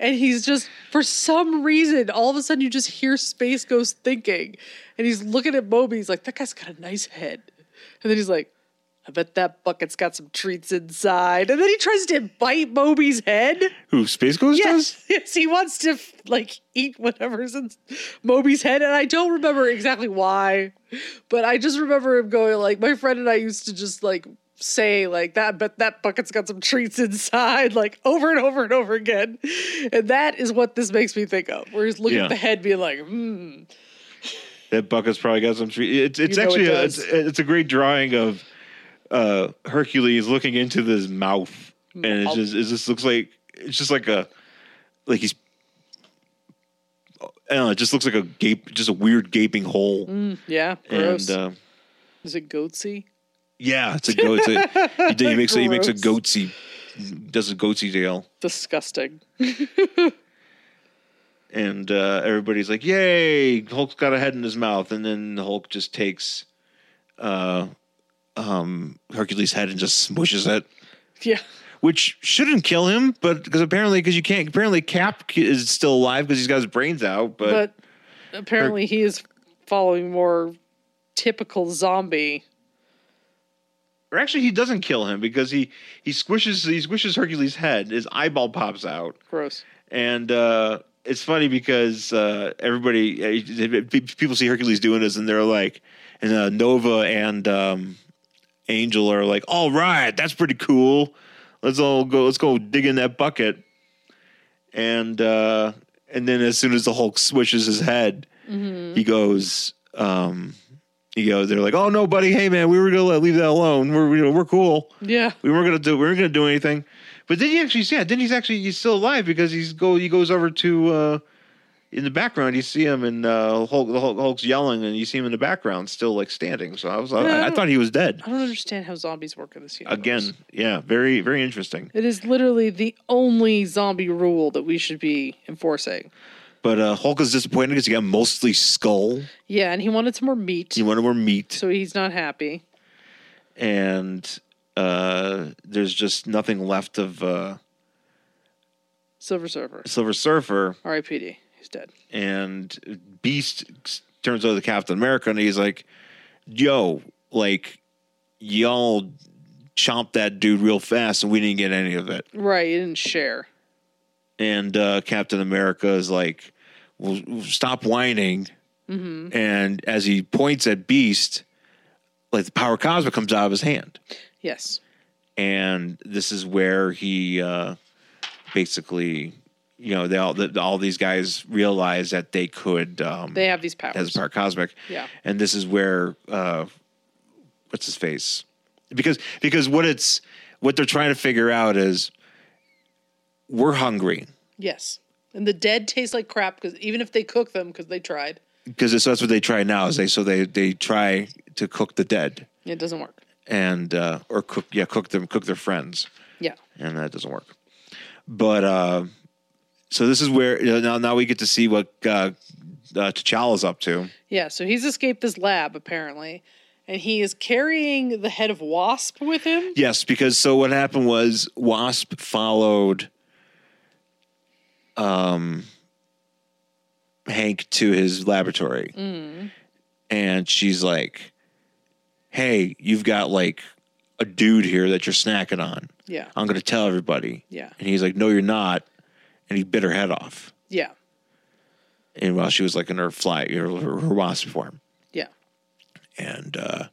And he's just, for some reason, all of a sudden you just hear Space Ghost thinking. And he's looking at Moby. He's like, that guy's got a nice head. And then he's like, I bet that bucket's got some treats inside. And then he tries to bite Moby's head.
Who Space Ghost does?
Yes, <laughs> yes, he wants to like eat whatever's in Moby's head, and I don't remember exactly why, but I just remember him going like, my friend and I used to just like say like that, but that bucket's got some treats inside, <laughs> like over and over and over again, and that is what this makes me think of, where he's looking
Yeah.
at the head, being like, hmm,
That bucket's probably got some. Tre- it's it's
You know it
actually a, it's,
does.
it's a great drawing of uh Hercules looking into this mouth, and it's
Mouth.
just it just looks like it's just like a like he's. I don't know. It just looks like a gape, just a weird gaping hole,
hmm, yeah, Mm, gross.
and uh,
is it goatsy?
yeah, it's a goat. It's a, he, did- he makes a, he makes
<laughs>
a
Gross.
goatsy, does a goatsy tail.
Disgusting. <laughs>
and uh, everybody's like, "Yay!" Hulk's got a head in his mouth, and then Hulk just takes uh, um, Hercules' head and just smushes it,
Yeah,
which shouldn't kill him, but because apparently, because you can't, apparently Cap is still alive because he's got his brains out, but,
but apparently he is following more typical zombie.
or actually he doesn't kill him because he he squishes he squishes Hercules' head, his eyeball pops out,
Gross.
and. uh it's funny because uh, everybody, uh, people see Hercules doing this, and they're like, and uh, Nova and um, Angel are like, "All right, that's pretty cool. Let's all go. Let's go dig in that bucket." And uh, and then as soon as the Hulk swishes his head, he goes. Um, he goes. They're like, "Oh no, buddy. Hey man, we were gonna let- leave that alone. We're we're, we're cool.
Yeah.
We weren't gonna do. We weren't gonna do anything." But then he actually, yeah, then he's actually he's still alive because he's go. He goes over to. Uh, in the background, you see him, and uh, Hulk, the Hulk, Hulk's yelling, and you see him in the background, still like standing. So I was, I, I thought he was dead.
I don't understand how zombies work in this universe.
Again, yeah, very, very interesting.
It is literally the only zombie rule that we should be enforcing.
But uh, Hulk is disappointed because he got mostly skull.
Yeah, and he wanted some more meat,
He wanted more meat,
so he's not happy.
and uh, there's just nothing left of uh,
Silver Surfer,
Silver Surfer.
R.I.P.D. He's dead.
And Beast turns over to Captain America, and he's like, "Yo, like, y'all chomped that dude real fast, and we didn't get any of it."
Right, he didn't share.
and uh, Captain America is like, well, "Stop whining."
Mm-hmm.
And as he points at Beast, like the power cosmic comes out of his hand,
Yes.
and this is where he uh, basically, you know, they all the, all these guys realize that they could um,
They have these
as
powers.
power cosmic,
Yeah.
and this is where uh, what's his face because because what it's what they're trying to figure out is we're hungry
Yes. And the dead taste like crap because even if they cook them, because they tried,
because so that's what they try now is they so they they try to cook the dead
it doesn't work.
and uh, or cook yeah cook them cook their friends
Yeah.
and that doesn't work but uh, so this is where you know, now now we get to see what uh, uh, T'Challa's up to
Yeah, so he's escaped this lab apparently, and he is carrying the head of Wasp with him.
yes because so what happened was Wasp followed um Hank to his laboratory and she's like hey you've got like a dude here that you're snacking on
Yeah.
I'm going to tell everybody.
Yeah.
And he's like, no, you're not. And he bit her head off.
Yeah.
And while she was like in her fly, her, her, her wasp form.
Yeah.
And, uh,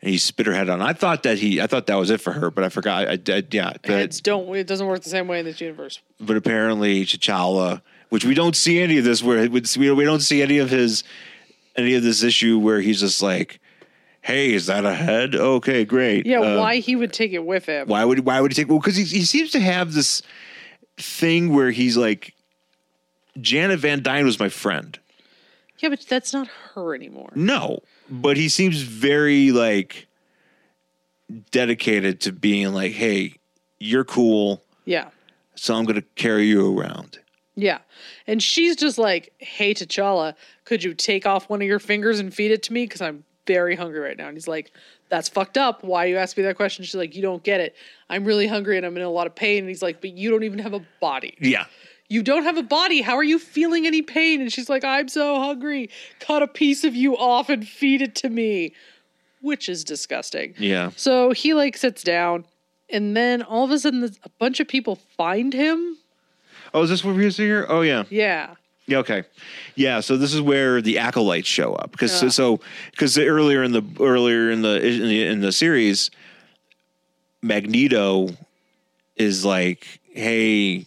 and he spit her head on. I thought that he, I thought that was it for her, but I forgot. I, I yeah.
Heads
But,
don't. It doesn't work the same way in this universe.
but apparently T'Challa, which we don't see any of this where we we don't see any of his, any of this issue where he's just like, hey, is that a head? Okay, great.
Yeah,
Uh,
why he would take it with him.
Why would why would he take? Well, because he he seems to have this thing where he's like, Janet Van Dyne was my friend.
Yeah, but that's not her anymore.
No, but he seems very like dedicated to being like, hey, you're cool,
Yeah.
so I'm gonna carry you around.
Yeah. And she's just like, hey, T'Challa, could you take off one of your fingers and feed it to me? Because I'm very hungry right now. And he's like, that's fucked up. Why you asked me that question? She's like, you don't get it. I'm really hungry and I'm in a lot of pain. And he's like, but you don't even have a body.
Yeah,
You don't have a body. How are you feeling any pain? And she's like, I'm so hungry. Cut a piece of you off and feed it to me, which is disgusting.
yeah.
So he like sits down. And then all of a sudden, this- a bunch of people find him.
Oh, is this what we are seeing here? Oh, yeah.
Yeah.
Yeah, okay. Yeah, so this is where the acolytes show up because so because earlier in the earlier in the in the in the series, Magneto is like, hey,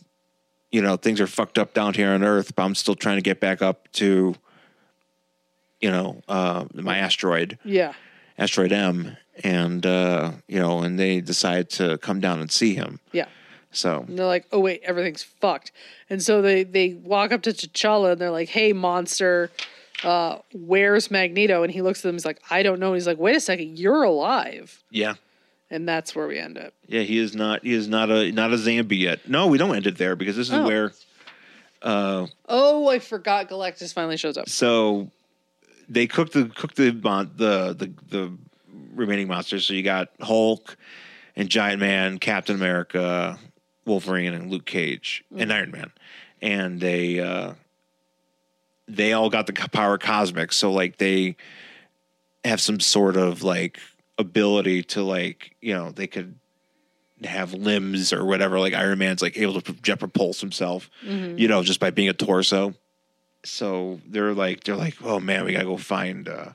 you know things are fucked up down here on Earth, but I'm still trying to get back up to, you know, uh, my asteroid,
Yeah.
asteroid M, and uh, you know, and they decide to come down and see him.
Yeah.
So
And they're like, oh wait, everything's fucked. And so they they walk up to T'Challa and they're like, hey monster, uh, where's Magneto? And he looks at them. He's like, I don't know. And he's like, wait a second, you're alive.
yeah.
And that's where we end up.
Yeah, he is not. He is not a not a Zambi yet. No, we don't end it there because this is
Oh.
where. Uh,
Oh, I forgot Galactus finally shows up.
so they cook the cook the mon- the the the remaining monsters. So you got Hulk and Giant Man, Captain America, Wolverine, and Luke Cage and Iron Man, and they uh, they all got the co- power cosmic. So like they have some sort of like ability to like you know they could have limbs or whatever like iron man's like able to jet propulse himself you know just by being a torso so they're like they're like oh man we gotta go find uh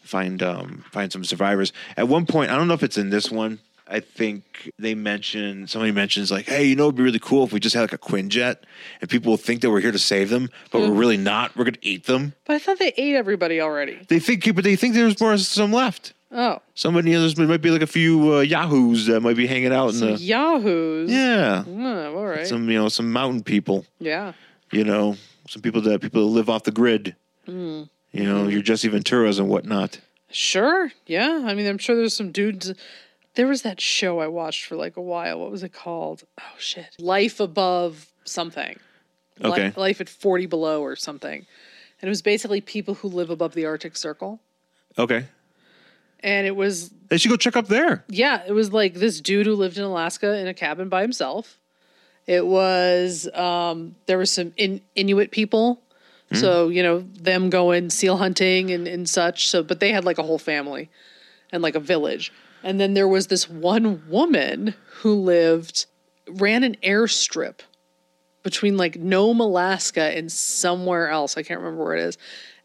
find um find some survivors at one point i don't know if it's in this one i think they mention somebody mentions like hey you know it'd be really cool if we just had like a quinjet and people will think that we're here to save them but
Mm-hmm.
we're really not we're gonna eat them
But I thought they ate everybody already.
they think but they think there's more some left
Oh,
somebody there's there might be like a few uh, yahoos that might be hanging out in
some
the
yahoos.
yeah
Oh, all right.
some you know some mountain people
yeah.
you know, some people that people that live off the grid. You know, your Jesse Venturas and whatnot.
Sure. Yeah. I mean, I'm sure there's some dudes. There was that show I watched for like a while. What was it called? Oh shit. Life above something. Li-
Okay.
Life, at 40 below or something. And it was basically people who live above the Arctic Circle.
Okay,
And it was
they should go check up there.
yeah, it was like this dude who lived in Alaska in a cabin by himself. It was um there was some in, Inuit people. So, you know, them going seal hunting and, and such. So but they had like a whole family and like a village. And then there was this one woman who lived ran an airstrip between like Nome, Alaska and somewhere else. I can't remember where it is.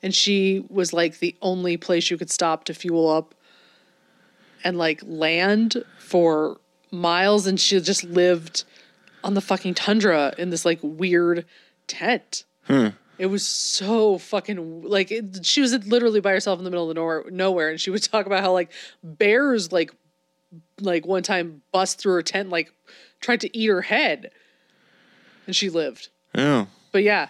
And she was like the only place you could stop to fuel up and like land for miles and she just lived on the fucking tundra in this like weird tent.
Hmm.
It was so fucking like it, she was literally by herself in the middle of the nor- nowhere and she would talk about how like bears like like one time bust through her tent like tried to eat her head and she lived.
Yeah.
But yeah.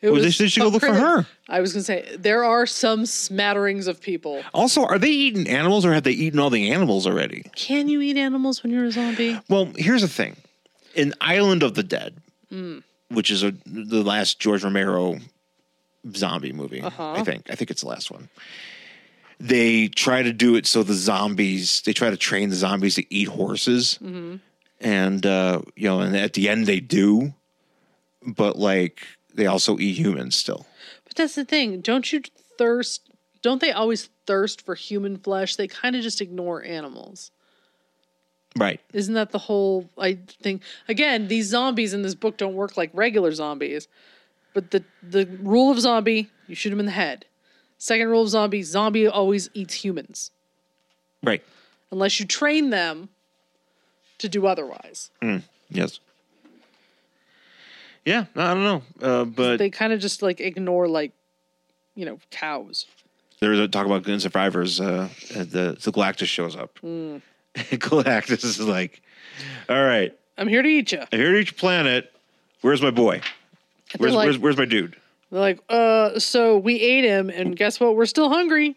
It
Well, they should- they should go
a
look for
criminal-
her.
I was gonna say there are some smatterings of people.
Also, are they eating animals or have they eaten all the animals already?
Can you eat animals when you're a zombie?
Well, here's the thing: in Island of the Dead, Mm. which is a, the last George Romero zombie movie, I think. I think it's the last one. They try to do it so the zombies. They try to train the zombies to eat horses, and uh, you know, and at the end they do, but like they also eat humans still.
But that's the thing. Don't you thirst? Don't they always thirst for human flesh? They kind of just ignore animals.
Right.
Isn't that the whole I think again, these zombies in this book don't work like regular zombies. But the the rule of zombie, you shoot him in the head. Second rule of zombie, zombie always eats humans
Right.
unless you train them to do otherwise.
Yes. Yeah, I don't know, uh, but
they kind of just like ignore like you know, cows.
There was a talk about Good Survivors. Uh, at the so Galactus shows up. <laughs> Galactus is like, all right,
I'm here to eat you.
I'm here to each planet. Where's my boy? Where's,
like-
where's, where's my dude?
They're like, uh, so we ate him, and guess what? We're still hungry.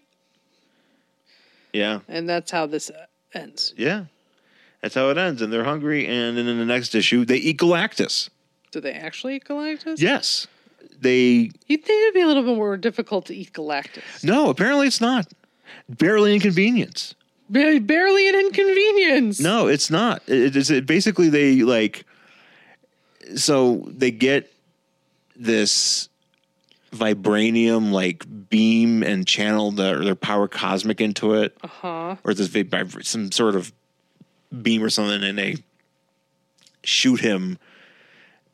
Yeah,
And that's how this uh, ends.
yeah. That's how it ends. And they're hungry. And then in the next issue, they eat Galactus.
Do they actually eat Galactus?
Yes, they
You'd think it'd be a little bit more difficult to eat Galactus.
No, apparently it's not. Barely inconvenience.
Ba- barely an inconvenience.
No, it's not. It, it's it, basically they like. So they get this vibranium like beam and channel their, their power cosmic into it,
Uh huh.
or this vi- vib- some sort of beam or something, and they shoot him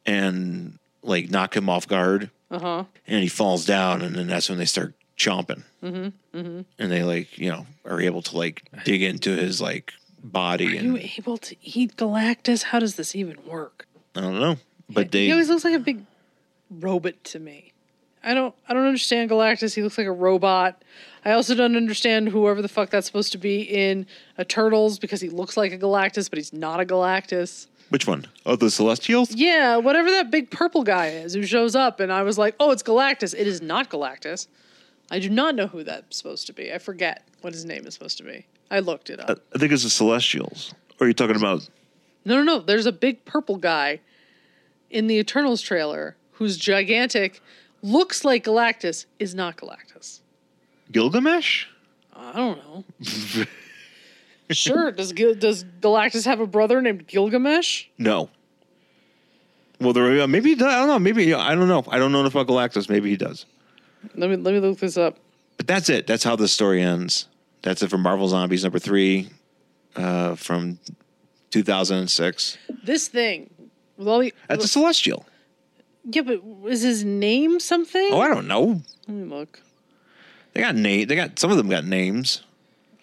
and like knock him off guard.
Uh huh.
and he falls down, and then that's when they start chomping, mm-hmm, and they like you know are able to like dig into his like body,
Are you
and
able to eat Galactus? How does this even work?
I don't know, but
He
they
always looks like a big robot to me. I don't. I don't understand Galactus. He looks like a robot. I also don't understand whoever the fuck that's supposed to be in a Turtles because he looks like a Galactus, but he's not a Galactus.
which one? Oh, the Celestials.
Yeah, whatever that big purple guy is who shows up, and I was like, oh, it's Galactus. It is not Galactus. I do not know who that's supposed to be. I forget what his name is supposed to be. I looked it up.
I think it's the Celestials. Or are you talking about?
no, no, no. There's a big purple guy in the Eternals trailer who's gigantic, looks like Galactus, is not Galactus.
Gilgamesh?
I don't know. sure. Does Gil- does Galactus have a brother named Gilgamesh?
No. Well, there uh, maybe he does. I don't know. Maybe I don't know. I don't know enough about Galactus. Maybe he does.
Let me let me look this up.
But that's it. That's how the story ends. That's it for Marvel Zombies number three, uh, from 2006.
This thing with all the
That's a Celestial.
Yeah, but is his name something?
Oh, I don't know.
Let me look.
They got name. They got some of them got names.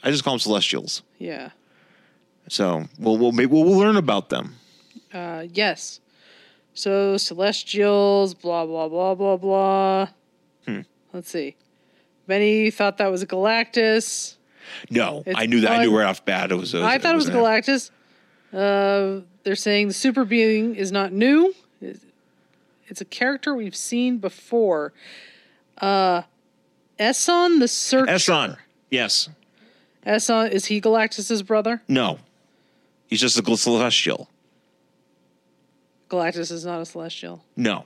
I just call them Celestials.
Yeah.
So we'll we'll maybe we'll, we'll learn about them.
Uh, yes. So celestials, blah blah blah blah blah. Hmm. Let's see. Many thought that was Galactus.
No,
It's
I knew that. I knew
fun.
right off bat it was.
I thought it was
an-
Galactus. Uh, they're saying the super being is not new. It's- It's a character we've seen before. Uh, Esson the Searcher.
Esson. Yes.
Esson is he Galactus's brother?
No. He's just a gl- Celestial.
Galactus is not a celestial.
No.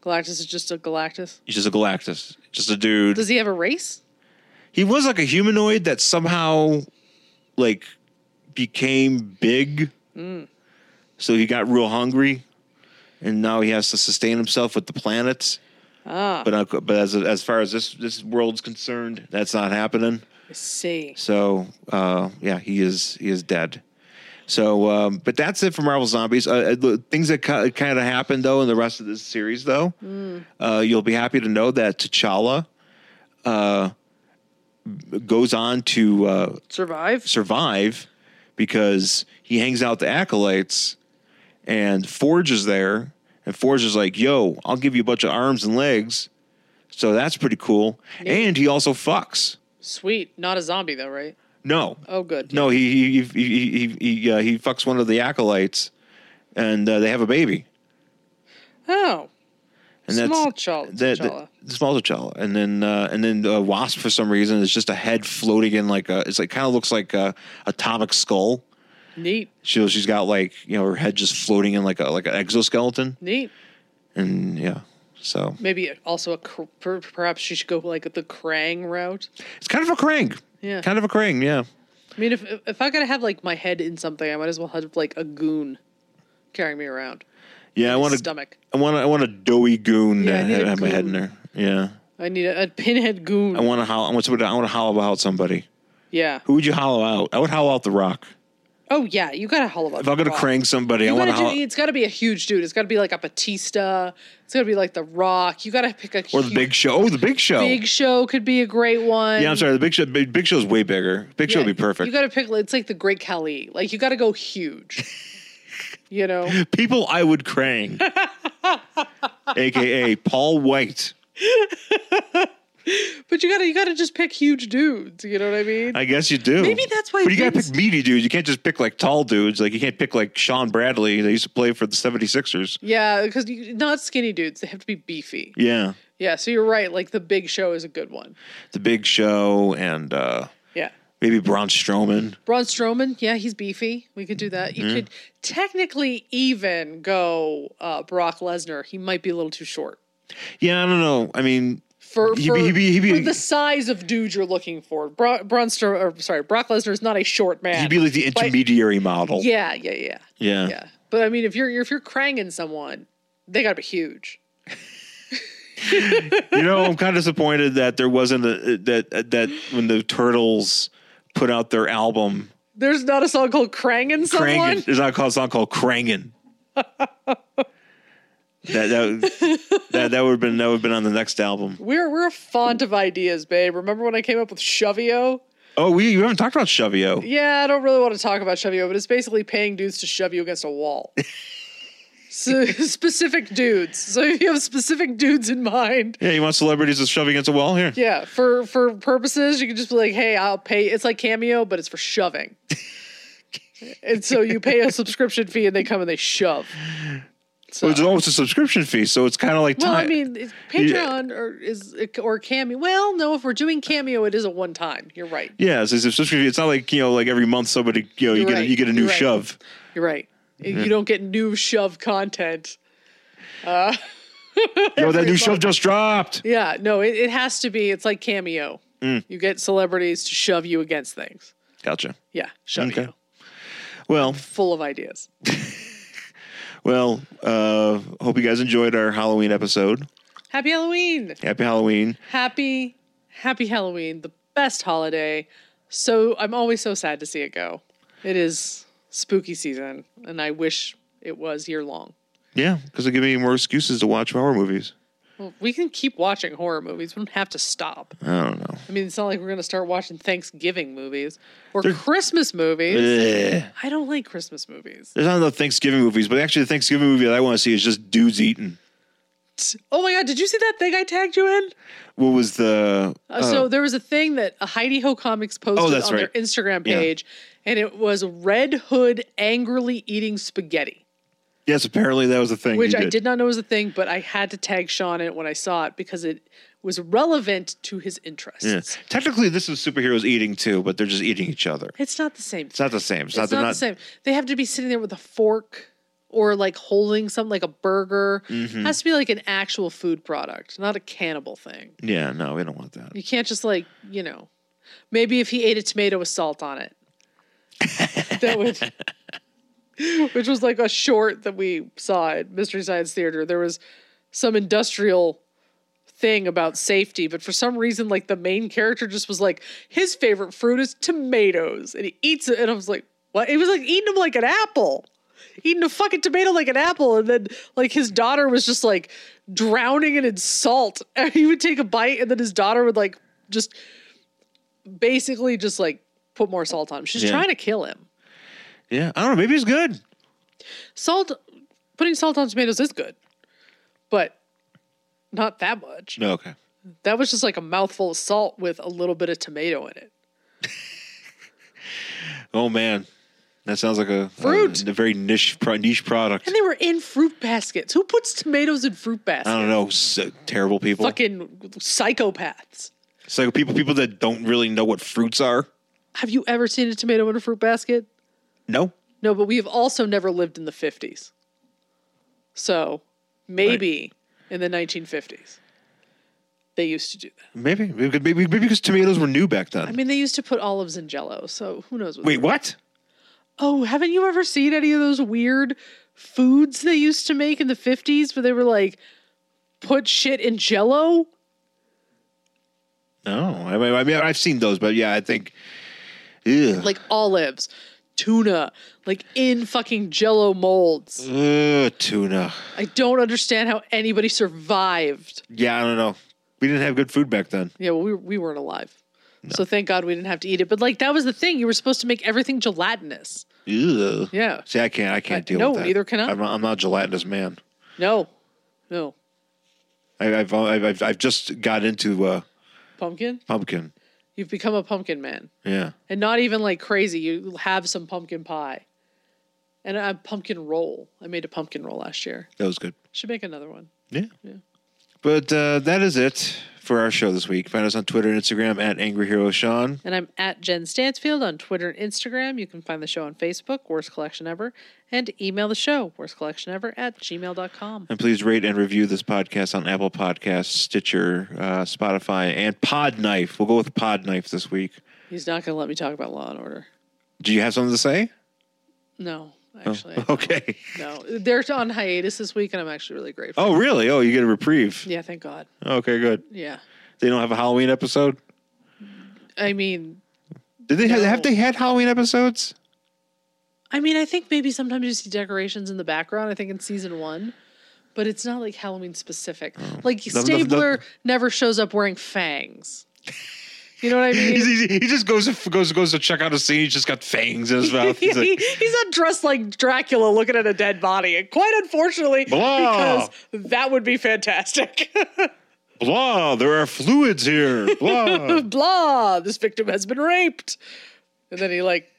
Galactus is just a Galactus.
He's just a Galactus. Just a dude.
Does he have a race?
he was like a humanoid that somehow, like, became big.
Mm.
So he got real hungry, and now he has to sustain himself with the planets.
Ah,
but uh, but as as far as this this world's concerned, that's not happening.
I see.
So uh, yeah, he is he is dead. So um, but that's it for Marvel Zombies. Uh, Uh, the things that ki- kind of happened though in the rest of this series though, uh, you'll be happy to know that T'Challa uh, goes on to uh,
Survive.
survive because he hangs out the acolytes and Forge is there and Forge is like, yo, I'll give you a bunch of arms and legs. So that's pretty cool. And he also fucks.
Sweet. Not a zombie though, right?
No.
Oh, good.
No, he he he he he, he, uh, he fucks one of the acolytes and uh, they have a baby.
Oh,
And
small Chala. Chala.
that, that the small T'Challa, and then uh, and then uh, Wasp for some reason is just a head floating in like a it's like kind of looks like a atomic skull.
Neat.
She she's got like you know her head just floating in like a like an exoskeleton,
Neat.
and yeah, so
Maybe also a cr- per- perhaps she should go like the Krang route.
it's kind of a crank,
Yeah.
kind of a crank, yeah.
I mean, if if I gotta have like my head in something, I might as well have like a goon carrying me around.
Yeah, I want to,
stomach.
I want, I want a doughy goon
Yeah, I
to
need
ha-
a
have my head in
goon.
there. Yeah,
I need a, a pinhead goon.
I want to howl. I want somebody. I want to howl out somebody.
yeah.
Who would you howl out? I would howl out the Rock.
Oh yeah, you gotta howl about.
If I'm gonna crank somebody, I
You
want
gotta
to
do,
howl.
it's got to be a huge dude. It's got to be like a Batista. It's got to be like The Rock. You got to pick a
Or the
huge-
Big Show. Oh, the Big Show.
Big Show could be a great one.
yeah, I'm sorry. The Big Show. Big, big Show's way bigger. Big Show
Yeah,
would be perfect.
You got to pick. It's like the Great Khali. Like you got to go huge. <laughs> you know,
People I would
<laughs>
crank, aka Paul White.
But you gotta you gotta just pick huge dudes. You know what I mean?
I guess you do.
Maybe that's why
But you gotta
Vince-
pick meaty dudes. You can't just pick like tall dudes. Like you can't pick like Sean Bradley. They used to play for the 76ers.
yeah, because not skinny dudes. They have to be beefy.
Yeah.
Yeah, so you're right. Like the Big Show is a good one.
The Big Show and uh
Yeah.
maybe Braun Strowman.
Braun Strowman, yeah, he's beefy. We could do that.
Mm-hmm.
You could technically even go uh, Brock Lesnar. He might be a little too short
Yeah, I don't know. I mean,
for,
He'd be-
for,
he'd be- he'd be-
for the size of dude you're looking for. Bro- Braun Strow, or, sorry, Brock Lesnar is not a short man.
he'd be like the
But-
intermediary model.
yeah, yeah, yeah,
Yeah.
yeah. But I mean, if you're if you're cranging someone, they gotta be huge.
you know, I'm kind of disappointed that there wasn't a that that when the Turtles put out their album
There's not a song called Krangin' Someone.
Krangin. There's not called a song called Krangin. that that that that would have been that would have been on the next album.
We're we're a font of ideas, babe. Remember when I came up with Shovio?
Oh, we you haven't talked about Shovio.
Yeah, I don't really want to talk about Shovio, but it's basically paying dudes to shove you against a wall. so, specific dudes. So if you have specific dudes in mind,
Yeah, you want celebrities to shove against a wall here?
yeah, for for purposes, you can just be like, "Hey, I'll pay." It's like cameo, but it's for shoving. and so you pay a subscription fee, and they come and they shove. So,
Well, it's almost a subscription fee, so it's kind of like
well, I
time-
mean, it's Patreon or is or cameo. Well, no, if we're doing cameo, it is a one time. You're right.
yeah, it's a subscription. fee. It's not like you know, like every month somebody you know you
You're
get a,
right.
you get a new
You're right.
shove.
You're right.
Mm-hmm.
You don't get new shove content.
Yo, that new shove just dropped.
Yeah, no, it, it has to be. It's like cameo.
Mm.
You get celebrities to shove you against things.
Gotcha.
Yeah, shove
Okay.
you.
Well,
Full of ideas.
well. uh Hope you guys enjoyed our Halloween episode.
Happy Halloween.
Happy Halloween.
Happy, happy Halloween. The best holiday. So I'm always so sad to see it go. It is spooky season, and I wish it was year long.
Yeah, because it'll give me more excuses to watch horror movies.
Well, we can keep watching horror movies. We don't have to stop.
I don't know.
I mean, it's not like we're going to start watching Thanksgiving movies or Christmas movies.
Ugh.
I don't like Christmas movies.
There's not enough Thanksgiving movies, but actually, the Thanksgiving movie that I want to see is just dudes eating.
Oh my god, did you see that thing I tagged you in?
What was the?
Uh, so there was a thing that a Heidi Ho Comics posted
Oh,
on
that's
their
right.
Instagram
Yeah.
page, and it was Red Hood angrily eating spaghetti,
yes, apparently that was the thing.
which
you
I did not know was a thing, but I had to tag Sean in it when I saw it because it was relevant to his interests.
Yeah. Technically, this is superheroes eating too, but they're just eating each other.
It's not the same.
It's not the same. It's,
It's
they're
not the same. They have to be sitting there with a fork or like holding something like a burger. It has to be like an actual food product, not a cannibal thing.
Yeah, no, we don't want that.
You can't just like, you know, maybe if he ate a tomato with salt on it. that would which was like a short that we saw at Mystery Science Theater. There was some industrial thing about safety, but for some reason like the main character just was like his favorite fruit is tomatoes and he eats it and I was like, "What?" It was like eating them like an apple. Eating a fucking tomato like an apple, and then like his daughter was just like drowning it in salt. <laughs> And he would take a bite, and then his daughter would like just basically just like put more salt on him. She's
Yeah.
trying to kill him.
Yeah, I don't know. Maybe it's good.
Salt, putting salt on tomatoes is good, but not that much.
No, okay.
That was just like a mouthful of salt with a little bit of tomato in it.
Oh man, that sounds like a
Fruit.
a, a very niche pro- niche product.
And they were in fruit baskets. Who puts tomatoes in fruit
I
baskets?
don't know. So, terrible people.
Fucking psychopaths.
It's like people people that don't really know what fruits are.
Have you ever seen a tomato in a fruit basket?
No.
No, but we have also never lived in the 50s. So maybe in the 1950s, they used to do that.
Maybe, maybe, maybe because tomatoes were new back then.
I mean, they used to put olives in jello, so who knows? What
Wait, what?
Oh, haven't you ever seen any of those weird foods they used to make in the 50s where they were like, put shit in jello?
No, I mean, I mean, I've seen those, but yeah, I think, ew,
Like olives, tuna, like in fucking jello molds.
Ugh, tuna.
I don't understand how anybody survived.
Yeah, I don't know. We didn't have good food back then.
Yeah, well, we, we weren't alive. So thank God we didn't have to eat it. But like, that was the thing. You were supposed to make everything gelatinous.
Ew.
Yeah.
See, I can't, I can't
Uh,
deal
no,
with that.
neither can I.
I'm not, I'm not a gelatinous man.
No, no.
I, I've, I've, I've, I've just got into uh,
Pumpkin?
Pumpkin.
You've become a pumpkin man.
Yeah.
And not even like crazy. You have some pumpkin pie. And a pumpkin roll. I made a pumpkin roll last year.
That was good.
Should make another one.
Yeah.
Yeah.
But uh, that is it for our show this week. Find us on Twitter and Instagram at Angry Hero Sean.
And I'm at Jen Stansfield on Twitter and Instagram. You can find the show on Facebook, Worst Collection Ever, and email the show, Worst Collection Ever at gmail.com.
And please rate and review this podcast on Apple Podcasts, Stitcher, uh, Spotify, and Podknife. We'll go with Podknife this week.
He's not going to let me talk about Law and Order.
Do you have something to say? <laughs>
No, actually.
Okay.
No. They're on hiatus this week, and I'm actually really grateful.
Oh, really? Oh, you get a reprieve.
Yeah, thank God.
Okay, good.
Yeah.
They don't have a Halloween episode?
I mean,
Did they have,
No.
have they had Halloween episodes?
I mean, I think maybe sometimes you see decorations in the background. I think in season one, but it's not like Halloween specific. Like
no, no.
Stabler never shows up wearing fangs. You know what I
<laughs> He's-
mean?
he's- he just goes goes goes to check out a scene. He's just got fangs in his mouth.
<laughs>
He's
He-
like,
he's not dressed like Dracula looking at a dead body, and quite unfortunately,
Blah.
because that would be fantastic.
blah, there are fluids here.
<laughs>
Blah.
Blah, this victim has been raped, and then he like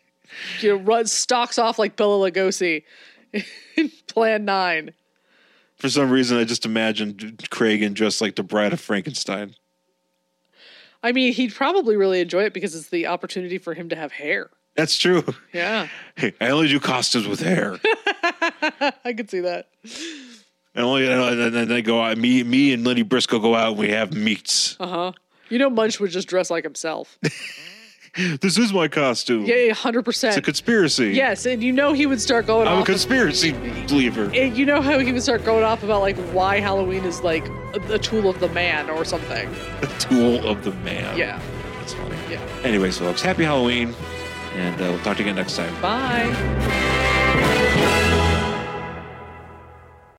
you know runs stalks off like Bela Lugosi <laughs> in Plan Nine.
For some reason, I just imagined Craig and dressed like the Bride of Frankenstein.
I mean, he'd probably really enjoy it because it's the opportunity for him to have hair.
That's true. <laughs>
Yeah, <laughs>
Hey, I only do costumes with hair.
I could see that.
I only and then they go out. Me, me, and Lenny Briscoe go out and we have meats.
Uh huh. You know, Munch would just dress like
<laughs>
himself.
This is my costume.
Yeah, hundred
It's a
percent.
conspiracy.
Yes, and you know he would start going
I'm a
off.
conspiracy believer.
and you know how he would start going off about like why Halloween is like a, a tool of the man or something.
The tool of the man.
Yeah.
That's funny.
Yeah.
Anyways, folks, happy Halloween, and uh, we'll talk to you again next time.
Bye.